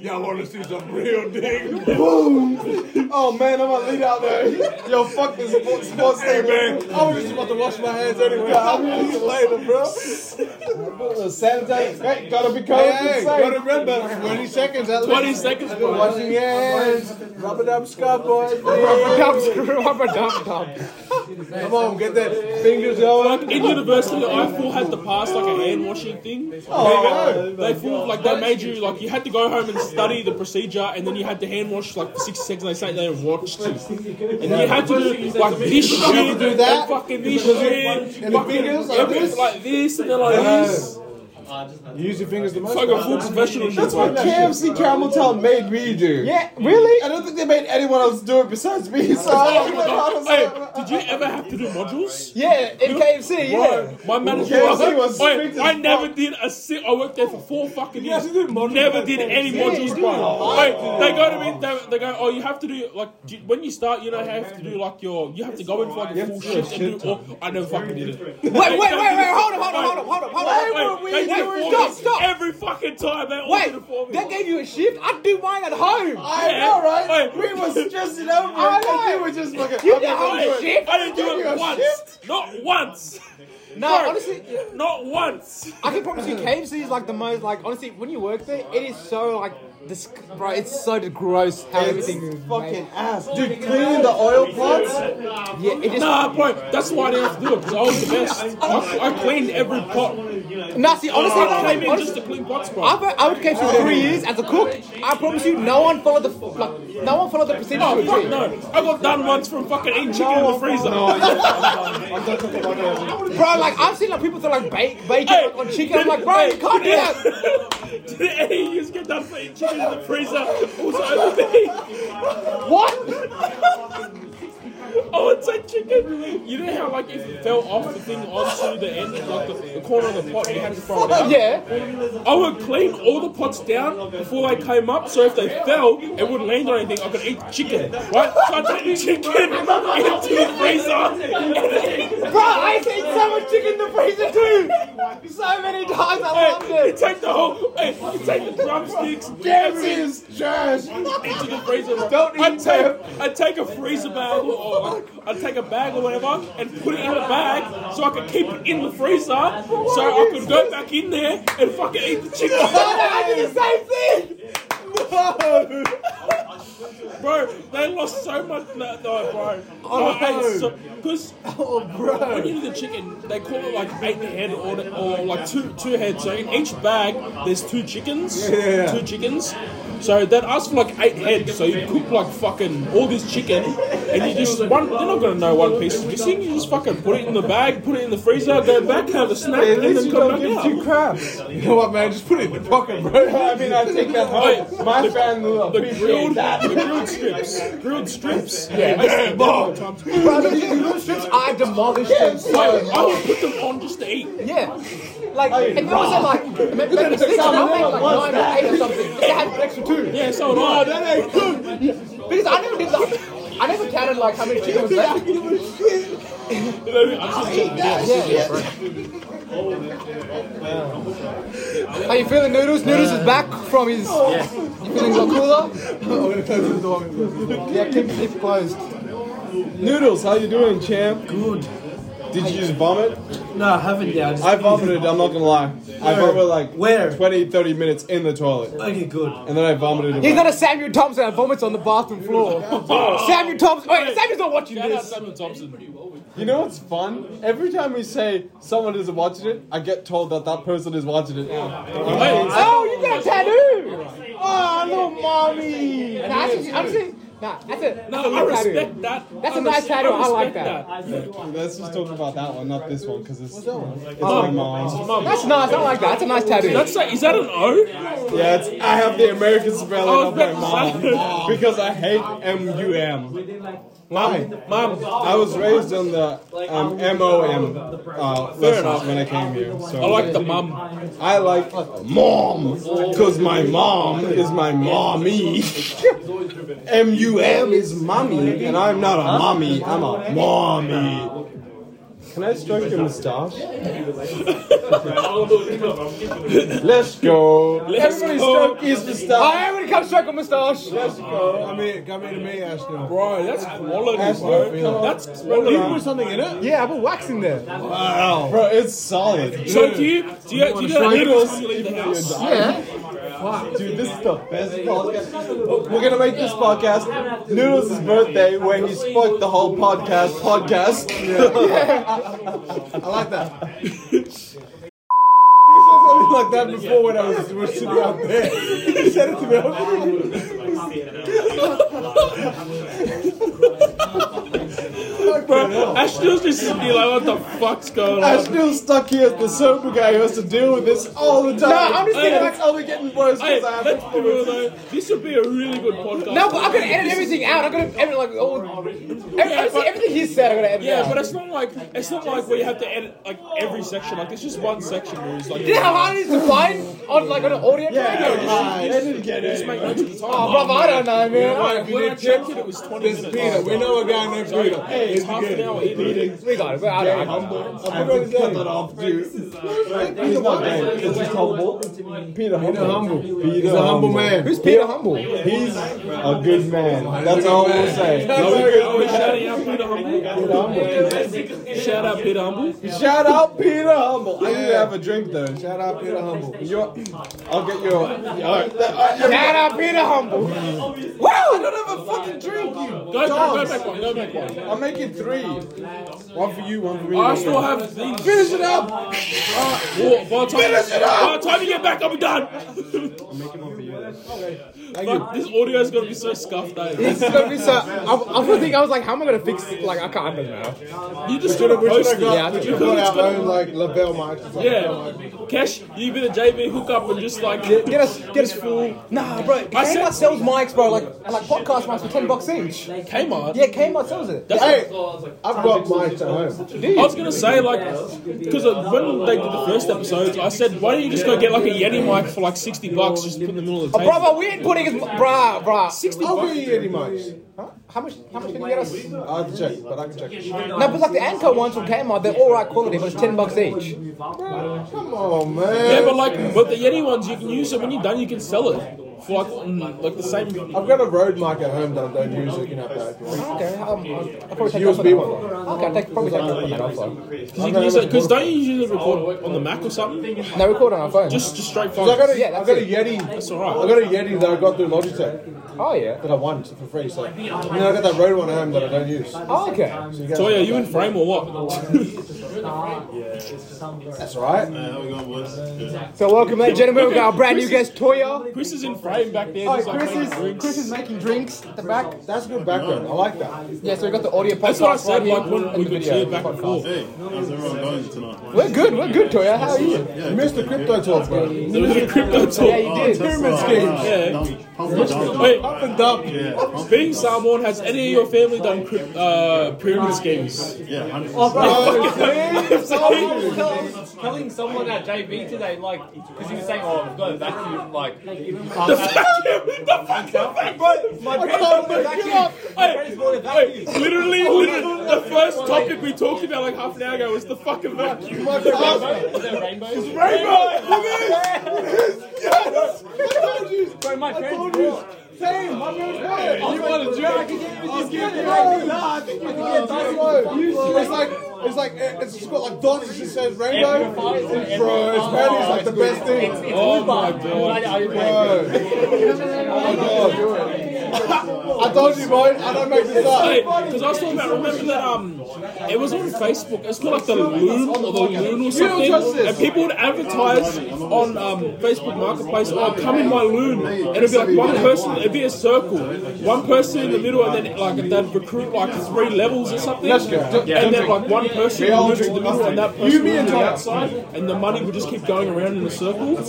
[SPEAKER 6] Y'all want to see some real dick? Boom! Oh man, I'm gonna lead out there. Yo, fuck this sports, sports thing, man. I was just about to wash my hands anyway. I'll be here later, bro.
[SPEAKER 3] Sanitize. Hey, gotta be careful.
[SPEAKER 6] Hey, hey, gotta remember, 20 seconds at least.
[SPEAKER 5] 20 seconds. bro.
[SPEAKER 6] Washing your hands. Rub it up, Scott, boys.
[SPEAKER 2] Dumb screw, I'm a dumb dumb.
[SPEAKER 6] Come on, get that fingers going.
[SPEAKER 5] In university, I full had to pass like a hand washing thing.
[SPEAKER 6] Oh,
[SPEAKER 5] They full like they made you like you had to go home and study the procedure, and then you had to hand wash like for six seconds. They say they watched you, and then you had to do like this shit,
[SPEAKER 6] had to do that?
[SPEAKER 5] and fucking this shit,
[SPEAKER 6] And the fingers like
[SPEAKER 5] everything
[SPEAKER 6] this.
[SPEAKER 5] like this, and then like this.
[SPEAKER 6] You use your fingers the most.
[SPEAKER 5] It's like a full professional shit.
[SPEAKER 3] That's what KFC Camel Town made me do.
[SPEAKER 2] Yeah, really?
[SPEAKER 3] I don't think they made anyone else do it besides me, so I don't know how to say
[SPEAKER 5] Hey, did you ever have to do modules?
[SPEAKER 2] Yeah, in KFC, yeah.
[SPEAKER 5] Bro, my manager
[SPEAKER 3] KFC
[SPEAKER 5] was like,
[SPEAKER 3] was
[SPEAKER 5] "Oi,
[SPEAKER 3] strict as
[SPEAKER 5] I never did a sit. I worked there for four fucking years.
[SPEAKER 6] have to do modules
[SPEAKER 5] never
[SPEAKER 6] like
[SPEAKER 5] did any modules, bro. Oi, they go to me. They, they go, oh, you have to do like do, you- when you start, you know, you have to do like your. You have to go in for like a full shift and do. All, I never fucking did it. Wait,
[SPEAKER 2] Wait, wait, wait, wait, hold up, hold up, hold up, hold up, hold up.
[SPEAKER 5] they did it for
[SPEAKER 2] Wait,
[SPEAKER 5] me
[SPEAKER 2] stop, stop.
[SPEAKER 5] Every fucking time they all did it for
[SPEAKER 2] Wait,
[SPEAKER 5] me.
[SPEAKER 2] that gave you a shift? I'd do mine at home.
[SPEAKER 6] I know, right?
[SPEAKER 5] Wait.
[SPEAKER 6] We were stressing over.
[SPEAKER 2] I
[SPEAKER 6] it,
[SPEAKER 2] know.
[SPEAKER 6] and You were just like,
[SPEAKER 2] You did a
[SPEAKER 5] Oi,
[SPEAKER 2] shift?
[SPEAKER 5] I didn't do
[SPEAKER 6] you a
[SPEAKER 5] it once. Not once.
[SPEAKER 2] No, honestly,
[SPEAKER 5] Not once.
[SPEAKER 2] I can promise you, KFC is like the most like honestly. When you work there, it is so like this, bro. It's so gross how everything is made.
[SPEAKER 3] fucking ass. Dude, cleaning the oil pots?
[SPEAKER 2] Yeah, it just
[SPEAKER 5] Nah, bro, that's why I didn't have to do it, because I was the best. I, I cleaned every pot.
[SPEAKER 2] nah. See, honestly,
[SPEAKER 5] Oh, I
[SPEAKER 2] honestly,
[SPEAKER 5] came in just to clean pots, bro.
[SPEAKER 2] I've I would KFC for three years as a cook. I promise you, no one followed the like, no one followed the procedure.
[SPEAKER 5] Oh, fuck no. I got done once from fucking eating chicken in the freezer.
[SPEAKER 2] Bro, like I've seen like people that like bake bacon
[SPEAKER 5] Hey,
[SPEAKER 2] like, on chicken. I'm like, bro, you can't do that.
[SPEAKER 5] Did any of yous get done for eating chicken in the freezer? Also over me.
[SPEAKER 2] What?
[SPEAKER 5] Oh, it's like chicken. You know how, like, if it fell off the thing onto the end, like the, the corner of the pot, you had to throw it out?
[SPEAKER 2] Yeah.
[SPEAKER 5] I would clean all the pots down before they came up, so if they fell, it wouldn't land on anything. I could eat chicken, right? So I take chicken into the freezer.
[SPEAKER 2] Bro, I ate so much chicken in the freezer too. So many times I loved
[SPEAKER 5] Hey, you
[SPEAKER 2] it.
[SPEAKER 5] take the whole, hey, you take the drumsticks,
[SPEAKER 6] Everything
[SPEAKER 5] everything
[SPEAKER 6] is trash.
[SPEAKER 5] into the freezer.
[SPEAKER 6] Don't
[SPEAKER 5] I
[SPEAKER 6] eat
[SPEAKER 5] take, I take a freezer bag or, or like, I take a bag or whatever and put it in a bag so I could keep it in the freezer, so I could go back in there and fucking eat the chicken.
[SPEAKER 2] No, no, I did the same thing.
[SPEAKER 5] Bro, they lost so much. No, no bro. Because
[SPEAKER 2] Oh,
[SPEAKER 5] when you do the chicken, they call it like eight head or, or like two two heads. So in each bag, there's two chickens.
[SPEAKER 6] yeah, yeah.
[SPEAKER 5] Two chickens. So they'd ask for like eight heads. So you cook like fucking all this chicken, and you just one. They're not gonna know one piece is missing. You just fucking put it in the bag, put it in the freezer, go back, have a snack,
[SPEAKER 6] At
[SPEAKER 5] and
[SPEAKER 6] least
[SPEAKER 5] then
[SPEAKER 6] you
[SPEAKER 5] come
[SPEAKER 6] don't
[SPEAKER 5] back
[SPEAKER 6] give two
[SPEAKER 5] out.
[SPEAKER 6] craps. You know what, man? Just put it in your pocket, bro.
[SPEAKER 3] I mean, I take that home.
[SPEAKER 5] Wait,
[SPEAKER 3] My family will
[SPEAKER 5] The
[SPEAKER 3] appreciate
[SPEAKER 5] grilled,
[SPEAKER 3] that.
[SPEAKER 5] the grilled strips, grilled strips.
[SPEAKER 6] Hey, Bob.
[SPEAKER 2] Bro, the noodle strips I demolished them.
[SPEAKER 5] Wait, Oh, I would put them on just to eat.
[SPEAKER 2] Yeah. Like, if it was at like, ma- ma- six, and I made like nine or eight or something. They had an extra two.
[SPEAKER 5] Yeah, so would I.
[SPEAKER 2] Because I never did like, I never counted like how many chicken was left. Are you feeling noodles? Noodles is back from his. You feeling a lot cooler? Yeah, keep keep closed.
[SPEAKER 3] Noodles, how you doing, champ? Good. Did you just vomit?
[SPEAKER 9] No, I haven't yet. I just-
[SPEAKER 3] I vomited, I'm not gonna lie. I vomited like
[SPEAKER 9] Where?
[SPEAKER 3] 20, 30 minutes in the toilet.
[SPEAKER 9] Okay, good.
[SPEAKER 3] And then I vomited.
[SPEAKER 2] He's
[SPEAKER 3] away.
[SPEAKER 2] not a Samuel Thompson that vomits on the bathroom floor. Samuel Thompson. Wait, Samuel's not watching
[SPEAKER 5] Shout out
[SPEAKER 2] this.
[SPEAKER 5] Samuel Thompson. Oh,
[SPEAKER 3] You know what's fun? Every time we say someone isn't watching it, I get told that that person is watching it.
[SPEAKER 2] Ah, Oh, you got a tattoo! Oh, little mommy! Nah, I should- I'm saying, Nah, that's a, that's a
[SPEAKER 5] No, I
[SPEAKER 2] nice tattoo.
[SPEAKER 5] respect that.
[SPEAKER 2] That's
[SPEAKER 5] a
[SPEAKER 2] a nice tattoo. I like that.
[SPEAKER 3] Let's just talk about that one, not this one, because it's, it's
[SPEAKER 2] Oh.
[SPEAKER 5] Mum,
[SPEAKER 3] on mine.
[SPEAKER 5] mum,
[SPEAKER 2] That's nice. I like that. That's a nice tattoo.
[SPEAKER 5] That's a, is that an O?
[SPEAKER 3] Yeah, it's, I have the American spelling
[SPEAKER 5] Oh,
[SPEAKER 3] of my
[SPEAKER 5] that's
[SPEAKER 3] mom
[SPEAKER 5] right.
[SPEAKER 3] because I hate M U M. Why?
[SPEAKER 5] Mum,
[SPEAKER 3] I was raised on the um, M O M uh, lessons when I came here. So
[SPEAKER 5] Oh, I like the mum.
[SPEAKER 3] I like mom because my mom is my mommy. M U M is mommy, and I'm not a mommy. I'm a mommy. Can I stroke your moustache? Let's go.
[SPEAKER 5] Let's
[SPEAKER 3] Everybody
[SPEAKER 5] go.
[SPEAKER 3] stroke his moustache.
[SPEAKER 2] I already come straight with moustache.
[SPEAKER 6] Let's go. I mean, got me to me, Ashton.
[SPEAKER 5] Bro, Oh, that's quality, bro. That's
[SPEAKER 6] You put
[SPEAKER 5] quality.
[SPEAKER 6] something in it?
[SPEAKER 2] Yeah, I put wax in there.
[SPEAKER 6] Wow.
[SPEAKER 3] Bro, it's solid.
[SPEAKER 5] So do you, do you, do you do that every time you leave the house?
[SPEAKER 3] Dude, this is the best podcast. We're gonna make this podcast Noodles' birthday when he's fucked the whole podcast podcast.
[SPEAKER 6] I like that.
[SPEAKER 3] He said something like that before when I was, was sitting out there. He said it to me. I was like,
[SPEAKER 5] Bro, Ashton's just sitting there like, what the fuck's going
[SPEAKER 3] I'm
[SPEAKER 5] on?
[SPEAKER 3] still stuck here as the sober guy who has to deal with this all the time.
[SPEAKER 2] Nah, I'm just
[SPEAKER 5] thinking
[SPEAKER 3] it's only getting worse
[SPEAKER 5] Hey,
[SPEAKER 3] because I have
[SPEAKER 5] let's be real though. This would be a really good podcast.
[SPEAKER 2] No, but I'm gonna edit everything out. I'm gonna edit like all. Every,
[SPEAKER 5] but-
[SPEAKER 2] everything he said, I'm gonna edit
[SPEAKER 5] Yeah,
[SPEAKER 2] out.
[SPEAKER 5] but it's not like it's not like where you have to edit like every section. Like it's just one section where it's like
[SPEAKER 2] you know how hard it is to find on like on an audio track?
[SPEAKER 5] just make notes at the time.
[SPEAKER 2] Oh, brother, I don't know, man.
[SPEAKER 5] Like, when I checked it, it was twenty
[SPEAKER 6] This
[SPEAKER 5] minutes.
[SPEAKER 6] Peter, we know a guy named Peter. Hey,
[SPEAKER 5] It's half an hour. either.
[SPEAKER 2] We got it. but I don't know.
[SPEAKER 3] I'm gonna cut that off, dude. He's not gay. He's just humble. Peter humble.
[SPEAKER 6] He's a humble man.
[SPEAKER 2] Who's Peter Humble?
[SPEAKER 3] He's a good man. That's all we'll say.
[SPEAKER 5] Oh, we're shouting out Peter Humble. Shout out Peter Humble.
[SPEAKER 3] Shout out Peter Humble. I need to have a drink though.
[SPEAKER 6] Shout out Peter Humble.
[SPEAKER 3] Your, I'll get your. alright, that- I-
[SPEAKER 2] Shout out Peter Humble.
[SPEAKER 3] wow, I don't have a fucking drink,
[SPEAKER 5] Go,
[SPEAKER 3] you.
[SPEAKER 5] go back one. Go back one.
[SPEAKER 3] I'm making three. One for you, one for me.
[SPEAKER 5] I
[SPEAKER 3] one for
[SPEAKER 5] still
[SPEAKER 3] you.
[SPEAKER 5] have things.
[SPEAKER 3] Finish it up.
[SPEAKER 5] Well, by the time,
[SPEAKER 3] Finish it up!
[SPEAKER 5] by the time you get back, I'll be done. Fuck, this audio is gonna be so scuffed, eh?
[SPEAKER 2] This is gonna be so. I'm, I'm gonna think I was like, how am I gonna fix? Like, I can't. I don't know.
[SPEAKER 5] You just gotta
[SPEAKER 6] We
[SPEAKER 5] post
[SPEAKER 6] should have
[SPEAKER 5] it.
[SPEAKER 6] got,
[SPEAKER 2] Yeah,
[SPEAKER 6] we should have got our own, like, label mics. It's like,
[SPEAKER 5] Yeah, Cash, you be the JB hook up and just like
[SPEAKER 2] Get us, get us full. Nah, bro. Kmart sells mics, bro. Like, and, like podcast mics for ten bucks each.
[SPEAKER 5] Kmart.
[SPEAKER 2] Yeah, Kmart sells it.
[SPEAKER 6] Hey, I've got mics at home.
[SPEAKER 5] I was gonna say like, because when they did the first episodes, I said, why don't you just go get like a Yeti mic for like sixty bucks, just put in the middle of the
[SPEAKER 2] Oh,
[SPEAKER 5] table.
[SPEAKER 2] brother, we ain't putting his. Bruh, bruh.
[SPEAKER 5] Sixty
[SPEAKER 6] I'll
[SPEAKER 5] bucks.
[SPEAKER 6] get you any mics.
[SPEAKER 2] How much? How much can you get us? No,
[SPEAKER 6] I'll have to check, but I can check.
[SPEAKER 2] but like the Anchor ones from Kmart, they're all right quality, but it's ten bucks each.
[SPEAKER 6] Come on, man.
[SPEAKER 5] Yeah, but like, but the Yeti ones you can use it when you're done, you can sell it for like, mm, like the same.
[SPEAKER 6] I've got a road mic at home that I don't use. You can have that if you want.
[SPEAKER 2] Okay, um, I'll probably take
[SPEAKER 6] USB
[SPEAKER 2] USB
[SPEAKER 6] one.
[SPEAKER 2] one. Okay, I'll take, probably take that one off. though.
[SPEAKER 5] Because you can use it. Because don't you usually record on the Mac or something?
[SPEAKER 2] No, record on our phone.
[SPEAKER 5] Just just straight
[SPEAKER 6] So I got
[SPEAKER 5] phone.
[SPEAKER 6] a,
[SPEAKER 2] Yeah,
[SPEAKER 6] I
[SPEAKER 2] that's
[SPEAKER 6] got a
[SPEAKER 2] it.
[SPEAKER 6] Yeti.
[SPEAKER 5] That's alright.
[SPEAKER 6] I got a Yeti that I got through Logitech
[SPEAKER 2] oh yeah.
[SPEAKER 6] that I won for free. So and then I got that Rode one at home that I don't use. So
[SPEAKER 2] Oh, okay.
[SPEAKER 6] you guys-
[SPEAKER 5] Toya, you in frame or what?
[SPEAKER 6] That's right.
[SPEAKER 2] So welcome, ladies and gentlemen. We've got our brand new guest, Toya.
[SPEAKER 5] Chris is in frame back there.
[SPEAKER 2] Alright,
[SPEAKER 5] just, like,
[SPEAKER 2] Chris
[SPEAKER 5] making
[SPEAKER 2] is
[SPEAKER 5] drinks.
[SPEAKER 2] Chris is making drinks at the back.
[SPEAKER 6] That's a good background. I like that.
[SPEAKER 2] Yeah, so we got the audio podcast.
[SPEAKER 5] That's what I said.
[SPEAKER 2] right here
[SPEAKER 5] Like when
[SPEAKER 2] and
[SPEAKER 5] we
[SPEAKER 2] the
[SPEAKER 5] could
[SPEAKER 2] video
[SPEAKER 5] share back and
[SPEAKER 2] podcast.
[SPEAKER 5] forth.
[SPEAKER 2] We're good. We're good, Toya. How are you?
[SPEAKER 6] You missed the crypto talk, bro.
[SPEAKER 5] There was a crypto talk.
[SPEAKER 2] Yeah, you did.
[SPEAKER 6] Pyramid schemes.
[SPEAKER 5] Yeah. Wait,
[SPEAKER 6] Up and up.
[SPEAKER 5] being Samoan, has any of your family done crypt, uh, pyramid schemes?
[SPEAKER 3] Oh,
[SPEAKER 11] telling someone at JB today, like, because he was saying, oh, I've got a vacuum, like,
[SPEAKER 5] The vacuum! The fucking vacuum!
[SPEAKER 11] my parents bought a
[SPEAKER 5] Hey, hey, literally, literally, the first topic we talked about like half an hour ago was the fucking vacuum.
[SPEAKER 11] Is there rainbows?
[SPEAKER 6] Bro, my parents do. Same, my parents do. You want a drink? I'll give it. Nah, I think you can get this low. It's like, it's like, it's just got like dots. It just says rainbow. Bro, it's really like the best thing.
[SPEAKER 5] Oh my god.
[SPEAKER 6] Bro. Oh, no, do it. I told you, boy. I don't make this up.
[SPEAKER 5] Because I was talking about, remember that um, it was on Facebook. It's called like the Loon or the Loon or something. And people would advertise on um, Facebook Marketplace, "Oh, come in my Loon," and it'd be like one person, it'd be a circle, one person in the middle, and then like they'd recruit like three levels or something. And then like one person would move to the middle, and that person would move to the outside, and the money would just keep going around in a circle.
[SPEAKER 12] You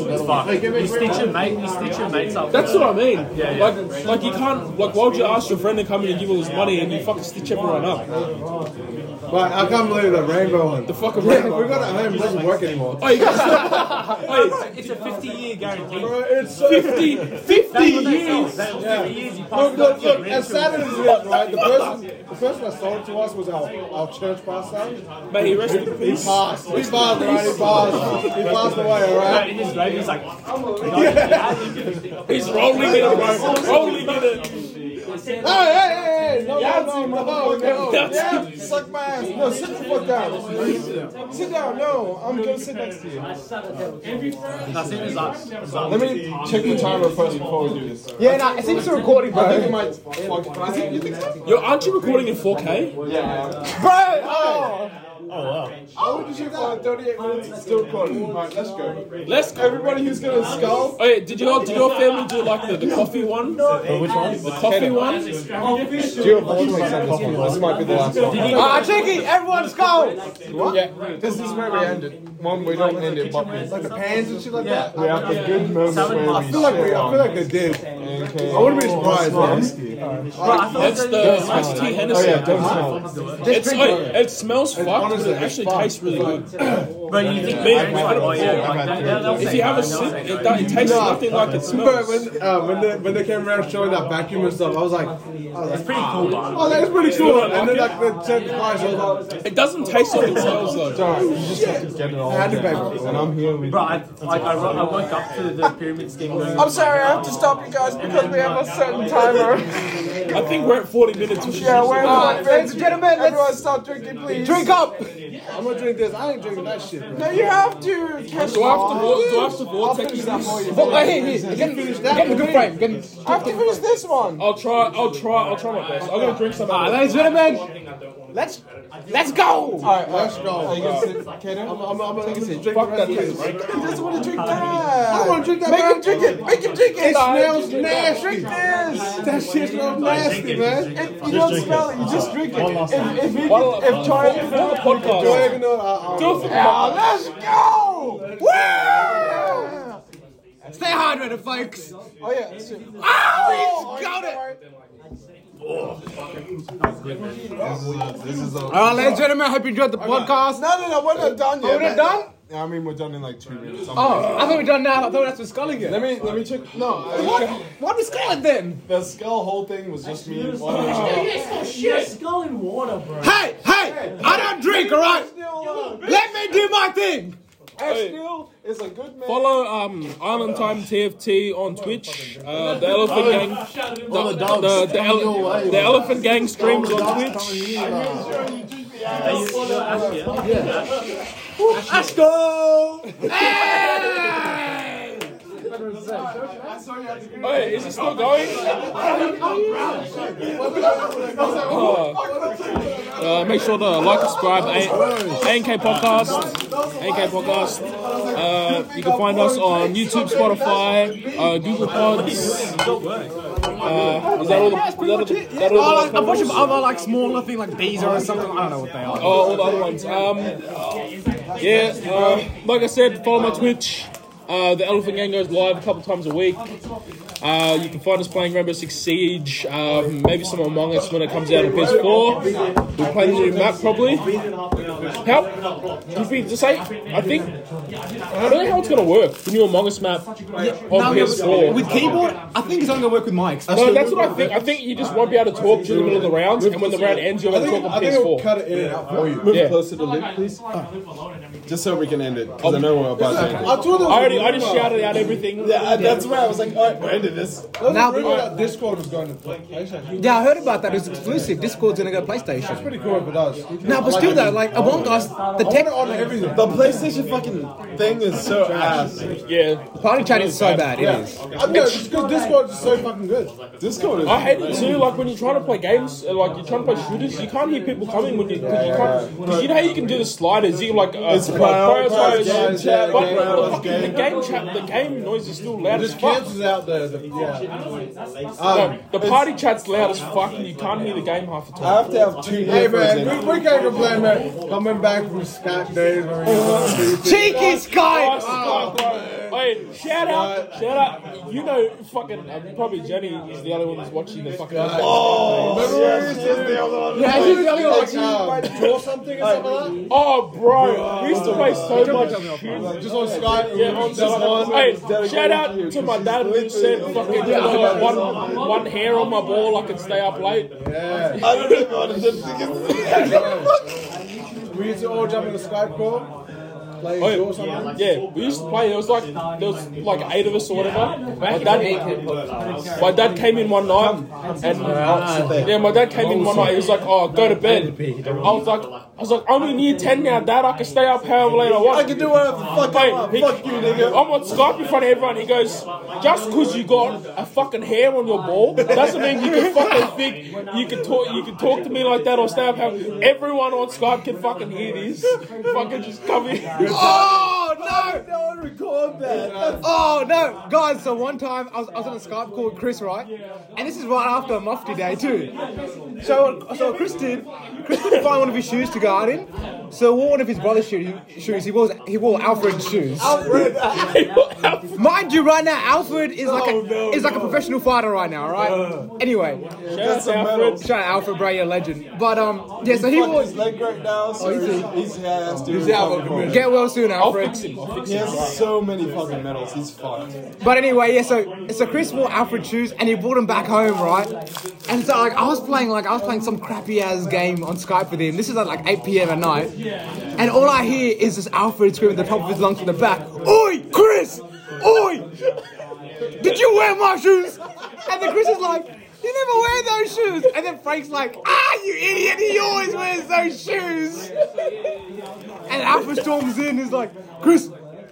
[SPEAKER 12] stitch your mate, you stitch your mates up.
[SPEAKER 5] That's what I mean. Like, like you can't. Like, why would you ask your friend to come in and give all his money and you fucking stitch everyone up?
[SPEAKER 6] But I can't believe the rainbow one.
[SPEAKER 5] The fucking
[SPEAKER 6] Yeah,
[SPEAKER 5] rainbow.
[SPEAKER 6] we got at home. It doesn't work anymore.
[SPEAKER 5] Oh, you guys, hey,
[SPEAKER 12] It's a 50 year guarantee.
[SPEAKER 6] Bro, it's so
[SPEAKER 5] 50, 50 years.
[SPEAKER 12] That was 50 years, you passed
[SPEAKER 6] Look, look,
[SPEAKER 12] it on
[SPEAKER 6] look,
[SPEAKER 12] to your
[SPEAKER 6] and Saturday was it, right? The person, the person that sold it to us was our, our church pastor.
[SPEAKER 5] Mate, he rest in
[SPEAKER 6] He
[SPEAKER 5] peace.
[SPEAKER 6] passed. He passed, right? He passed. He passed away, all
[SPEAKER 12] No,
[SPEAKER 6] right?
[SPEAKER 12] in his grave, he's like,
[SPEAKER 5] He's rolling in it, bro. Rolling in it.
[SPEAKER 6] Hey, hey, hey, hey! No, no, no, no, no, no.
[SPEAKER 5] That's-
[SPEAKER 6] Yeah, suck my ass. No, sit the fuck down. Sit down. No, I'm gonna sit next to you.
[SPEAKER 12] that's it, it's like, it's like-
[SPEAKER 3] Let me check the timer first before we do this.
[SPEAKER 2] Yeah, nah, it seems to recording, bro.
[SPEAKER 6] It might fuck- Is it- you think so?
[SPEAKER 5] Yo, aren't you recording in 4K?
[SPEAKER 2] Bro, oh.
[SPEAKER 6] Oh, did you find 38 minutes it's still recording? Alright, let's go.
[SPEAKER 5] Let's go.
[SPEAKER 6] Everybody who's gonna skull.
[SPEAKER 5] Hey, did your did your family do like the, the coffee one? Which one? The coffee one.
[SPEAKER 6] Do your voice make sense? This might be the last one.
[SPEAKER 2] Ah, cheeky, everyone's go.
[SPEAKER 6] Yeah, this is where we ended. One, we don't end it, but like the pans and shit like that. We have the good moments where we. I feel like we, I feel like they did. I wouldn't be surprised, man.
[SPEAKER 5] That's the iced tea Hennessy.
[SPEAKER 6] Oh,
[SPEAKER 5] It's, hey, it smells fucked, but
[SPEAKER 6] honestly,
[SPEAKER 5] it actually
[SPEAKER 6] it's fucked.
[SPEAKER 5] tastes really good.
[SPEAKER 12] but you think,
[SPEAKER 5] Me-
[SPEAKER 12] it's like, oh yeah, like, that, that,
[SPEAKER 5] If you have a sip, it, do- it tastes nothing like it
[SPEAKER 6] But
[SPEAKER 5] smells.
[SPEAKER 6] when uh, when they when they came around showing that vacuum and stuff, I was like, I was like,
[SPEAKER 12] pretty cool, man.
[SPEAKER 6] oh, that's pretty cool. And then like the check the price, I was like,
[SPEAKER 5] It doesn't taste like it smells though.
[SPEAKER 6] I had to pay. for it.
[SPEAKER 12] Bro, I, like, I, ro- I woke up to the pyramid scheme going,
[SPEAKER 2] I'm sorry, I have to stop you guys because we have a certain timer.
[SPEAKER 5] I think we're at 40 minutes. We should
[SPEAKER 2] Yeah,
[SPEAKER 5] use
[SPEAKER 2] we're
[SPEAKER 5] it.
[SPEAKER 2] on. Ladies and gentlemen, let's
[SPEAKER 6] Stop drinking, please.
[SPEAKER 2] drink up.
[SPEAKER 6] I'm gonna drink this. I ain't drinking that shit. Bro.
[SPEAKER 2] No, you have to. Catch
[SPEAKER 5] Do I have to walk? Do I have to walk? Take you-
[SPEAKER 2] But hey, hey, hey, get, in- get in the good frame. Get in, I have to finish this one.
[SPEAKER 5] I'll try. I'll try. I'll try my best. I'm gonna drink some. out of it.
[SPEAKER 2] Ah, Ladies and gentlemen, let's let's go.
[SPEAKER 6] Alright, let's go. Are you gonna sit, Kato? I'm, I'm, I'm gonna take a sip. Drink the rest of this.
[SPEAKER 2] I just want to drink that.
[SPEAKER 6] I don't wanna drink that.
[SPEAKER 2] Make
[SPEAKER 6] man.
[SPEAKER 2] him drink it. Make him drink it.
[SPEAKER 6] It smells nasty.
[SPEAKER 2] Drink this.
[SPEAKER 6] That shit smells nasty, man.
[SPEAKER 2] If you don't smell it, you just drink it. If, if, he,
[SPEAKER 5] Well,
[SPEAKER 2] if Charlie,
[SPEAKER 5] for the podcast.
[SPEAKER 6] Do I even know? uh, I, I,
[SPEAKER 5] Do it for the
[SPEAKER 2] Ah, let's go! Woo! Stay hydrated, folks.
[SPEAKER 6] oh yeah. Shit.
[SPEAKER 2] Oh, he's got it. All right, Ah, ladies and gentlemen, I hope you enjoyed the podcast.
[SPEAKER 6] No, no, no. We're not done yet.
[SPEAKER 2] We're not
[SPEAKER 6] man.
[SPEAKER 2] done?
[SPEAKER 6] Yeah, I mean, we're done in like two minutes. I'm-
[SPEAKER 2] Oh, I thought we done now. I thought that's what sculling it.
[SPEAKER 6] Let me let me check. No,
[SPEAKER 2] What?
[SPEAKER 6] I,
[SPEAKER 2] Why are we sculling then?
[SPEAKER 6] the skull whole thing was just me. and one other-
[SPEAKER 2] Hey, hey, I don't drink, all right? Let me do my thing.
[SPEAKER 6] Ashfield is a good man.
[SPEAKER 5] Follow um, Island Time TFT on Twitch. Uh, the Elephant Gang, the, the, the, the, ele- the Elephant Gang streams on Twitch.
[SPEAKER 2] Let's go.
[SPEAKER 5] Hey, is it still going? Uh, uh, make sure to like, subscribe, ANK Podcast, ANK Podcast. Uh, you can find us on YouTube, Spotify, uh, Google Pods. Uh, is that all the, is that all the, is that all the
[SPEAKER 2] a bunch of other Oh, like smaller thing like Deezer or something. I don't know what they are.
[SPEAKER 5] Oh, all the other ones. Um, yeah, uh, like I said, follow my Twitch. Uh, the Elephant Gang goes live a couple times a week. Uh, you can find us playing Rainbow Six Siege, um, maybe some Among Us when it comes out on PS4. We'll play the new map probably. How? You think just say? I think. I don't know how it's gonna work. The new Among Us map on PS4.
[SPEAKER 2] With keyboard, I think it's only gonna work with mics.
[SPEAKER 5] no, that's what I think. I think you just won't be able to talk during the middle of the rounds, and when the round ends, you'll
[SPEAKER 6] I
[SPEAKER 5] have to
[SPEAKER 6] think,
[SPEAKER 5] talk
[SPEAKER 6] I
[SPEAKER 5] on
[SPEAKER 6] think it'll
[SPEAKER 5] PS4.
[SPEAKER 6] cut it in and out for you. Move
[SPEAKER 5] Yeah.
[SPEAKER 6] closer to the lid, please. Just so we can end it, because I know we're about to end it.
[SPEAKER 5] I already, I just shouted out everything.
[SPEAKER 6] Yeah, that's why I was like, all right, we're ending this.
[SPEAKER 2] Now-
[SPEAKER 6] Now, rumor that Discord was going to PlayStation.
[SPEAKER 2] Yeah, I heard about that. It's exclusive. Discord's gonna go PlayStation.
[SPEAKER 6] Pretty cool if it does.
[SPEAKER 2] No, but still though, like Among Us, the
[SPEAKER 6] I want
[SPEAKER 2] tech.
[SPEAKER 6] it on everything. The PlayStation fucking
[SPEAKER 3] thing is so ass.
[SPEAKER 5] Yeah.
[SPEAKER 2] Party chat is so bad. It is.
[SPEAKER 3] I know, it's because Discord is so fucking good. Discord is.
[SPEAKER 5] I hate it too. Like when you're trying to play games, uh, like you're trying to play shooters, you can't hear people coming when you because you can't because you know how you can do the sliders. You like uh,
[SPEAKER 3] It's
[SPEAKER 5] like,
[SPEAKER 3] prioritize
[SPEAKER 5] prioritize
[SPEAKER 3] game chat,
[SPEAKER 5] but
[SPEAKER 3] game
[SPEAKER 5] the,
[SPEAKER 3] prioritize
[SPEAKER 5] fucking- the
[SPEAKER 3] game.
[SPEAKER 5] game chat, the game noise is still
[SPEAKER 3] It
[SPEAKER 5] loud as
[SPEAKER 3] just
[SPEAKER 5] fuck.
[SPEAKER 3] cancels out the. the yeah.
[SPEAKER 5] No,
[SPEAKER 3] Um,
[SPEAKER 5] the party chat's loud as fuck, and you can't hear the game half the time.
[SPEAKER 3] I have to have two
[SPEAKER 6] Hey
[SPEAKER 3] headphones
[SPEAKER 6] man,
[SPEAKER 3] in.
[SPEAKER 6] we, we can't complain, man. Coming back from Skype days, man.
[SPEAKER 2] Cheeky Skype.
[SPEAKER 3] oh,
[SPEAKER 5] Hey, shout out, shout out. You know, fucking, uh, probably Jenny is the only one that's watching the fucking.
[SPEAKER 3] Remember
[SPEAKER 5] Oh,
[SPEAKER 3] when we used to do the other um,
[SPEAKER 2] Yeah, he's the only one watching.
[SPEAKER 3] Draw something or something like that?
[SPEAKER 5] oh, bro, we used to play so much shit.
[SPEAKER 3] Just on Skype.
[SPEAKER 5] Yeah, on
[SPEAKER 3] just on.
[SPEAKER 5] Hey, shout out to my dad who said fucking uh, one, one hair on my ball, I can stay up late.
[SPEAKER 3] I don't know what it is. We used to all jump in the Skype call. Play
[SPEAKER 5] Oh, yeah.
[SPEAKER 3] draw something.
[SPEAKER 5] Yeah, we used to play. There was like there was like eight of us or whatever. My dad, my dad came in one night, and yeah, my dad came in one night. He was like, "Oh, go to bed." I was like, "I was like, I'm in year ten now, Dad. I can stay up however late I want."
[SPEAKER 3] I can do whatever the fuck I
[SPEAKER 5] Mate,
[SPEAKER 3] want.
[SPEAKER 5] he-
[SPEAKER 3] Fuck you, nigga.
[SPEAKER 5] I'm on Skype in front of everyone. He goes, just because you got a fucking hair on your ball doesn't mean you can fucking think you can talk. You can talk to me like that or stay up. How everyone on Skype can fucking hear this. Fucking just come in.
[SPEAKER 2] Oh no!
[SPEAKER 3] No one record that.
[SPEAKER 2] Oh no, guys! So one time I was, I was on a Skype call with Chris, right? And this is right after Mufti Day too. So so Chris did Chris couldn't find one of his shoes to go out in, so wore one of his brother's shoe, shoes. He wore he wore Alfred's shoes. Mind you, right now Alfred is like
[SPEAKER 3] Oh,
[SPEAKER 2] a, is like a professional fighter right now,
[SPEAKER 3] Uh.
[SPEAKER 2] right? Anyway,
[SPEAKER 5] That's Alfred.
[SPEAKER 2] shout out Alfred Bray, a legend. But um, yeah. So he
[SPEAKER 3] Fuck
[SPEAKER 2] wore
[SPEAKER 3] his leg right now, so Oh, he's, he's has to.
[SPEAKER 6] He's out of commission.
[SPEAKER 2] get well soon,
[SPEAKER 5] I'll
[SPEAKER 2] Alfred.
[SPEAKER 5] fix him. I'll fix
[SPEAKER 3] He
[SPEAKER 5] him.
[SPEAKER 3] has so many fucking medals. He's fucked.
[SPEAKER 2] But anyway, yeah. So so Chris wore Alfred shoes and he brought them back home, right? And so like I was playing like I was playing some crappy ass game on Skype with him. This is at like 8 p.m. at night, and all I hear is this Alfred screaming at the top of his lungs from the back, "Oi, Chris! Oi! Did you wear my shoes?" And then Chris is like. You never wear those shoes! And then Frank's like, ah, you idiot, he always wears those shoes! And Alpha storms in, he's like, Chris,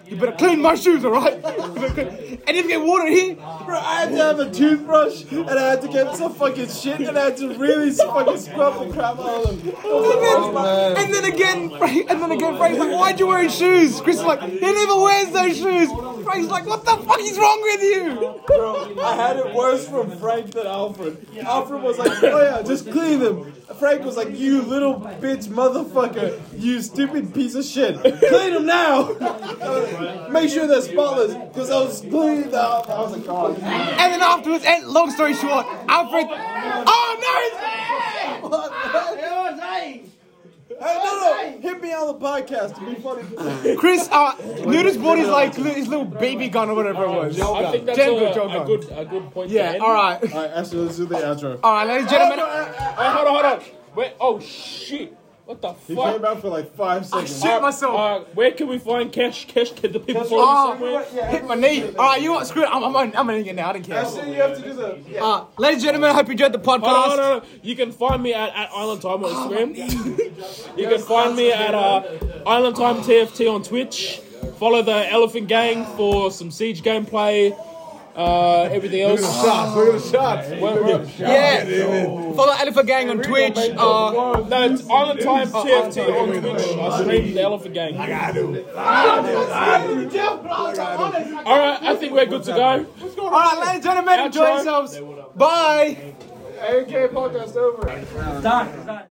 [SPEAKER 2] you better clean my shoes, alright? and if you get water here,
[SPEAKER 3] Bro, I had to have a toothbrush and I had to get some fucking shit and I had to really fucking scrub the crap out of them.
[SPEAKER 2] and then, and then again, Frank, and then again, Frank's like, why'd you wear shoes? Chris is like, he never wears those shoes! Frank's like, what the fuck is wrong with you?
[SPEAKER 3] Bro, I had it worse from Frank than Alfred. Alfred was like, oh yeah, just clean them. Frank was like, you little bitch motherfucker, you stupid piece of shit. Clean them now! Make sure they're spotless, because I was cleaning them. I was like, oh, yeah.
[SPEAKER 2] And then afterwards, and long story short, Alfred, oh no, it's
[SPEAKER 3] What? Hey, no, no, hit me on the podcast to be funny.
[SPEAKER 2] Chris, uh, Nudis bought his like li- his little baby gun or whatever it was.
[SPEAKER 5] I think that's
[SPEAKER 2] Django,
[SPEAKER 5] a,
[SPEAKER 2] Django.
[SPEAKER 5] a good a good point. to
[SPEAKER 2] Yeah,
[SPEAKER 5] end.
[SPEAKER 2] alright.
[SPEAKER 3] Alright, Ashley, let's do the outro.
[SPEAKER 2] Alright, ladies and gentlemen.
[SPEAKER 5] Hey, hold on, hold on. Wait. Oh shit. What the
[SPEAKER 3] He came
[SPEAKER 5] fuck?
[SPEAKER 3] out for like five seconds.
[SPEAKER 2] Shit myself.
[SPEAKER 5] Uh, where can we find Cash? Cash, can the people follow
[SPEAKER 2] Oh,
[SPEAKER 5] you somewhere?
[SPEAKER 2] hit my knee. All right, you want screw it. I'm, I'm, I'm ending it now. I don't care.
[SPEAKER 3] Ashley, you have to do the.
[SPEAKER 2] Uh, ladies and gentlemen, I hope you enjoyed the
[SPEAKER 5] Oh, no,
[SPEAKER 2] podcast.
[SPEAKER 5] no, no. You can find me at, at Island Time on Instagram. you can find me at uh, Island Time TFT on Twitch. Follow the Elephant Gang for some Siege gameplay. Uh, everything else.
[SPEAKER 3] Ah,
[SPEAKER 6] Shots, look at the shots.
[SPEAKER 2] Yeah. Follow Alpha Gang on Twitch. Uh,
[SPEAKER 5] No, it's Island Time TFT on Twitch. I stream the Elephant Gang. Alright, I think we're good to go.
[SPEAKER 2] all right, ladies and gentlemen, enjoy
[SPEAKER 5] Outro.
[SPEAKER 2] yourselves. Bye.
[SPEAKER 3] AK podcast over.
[SPEAKER 12] Done.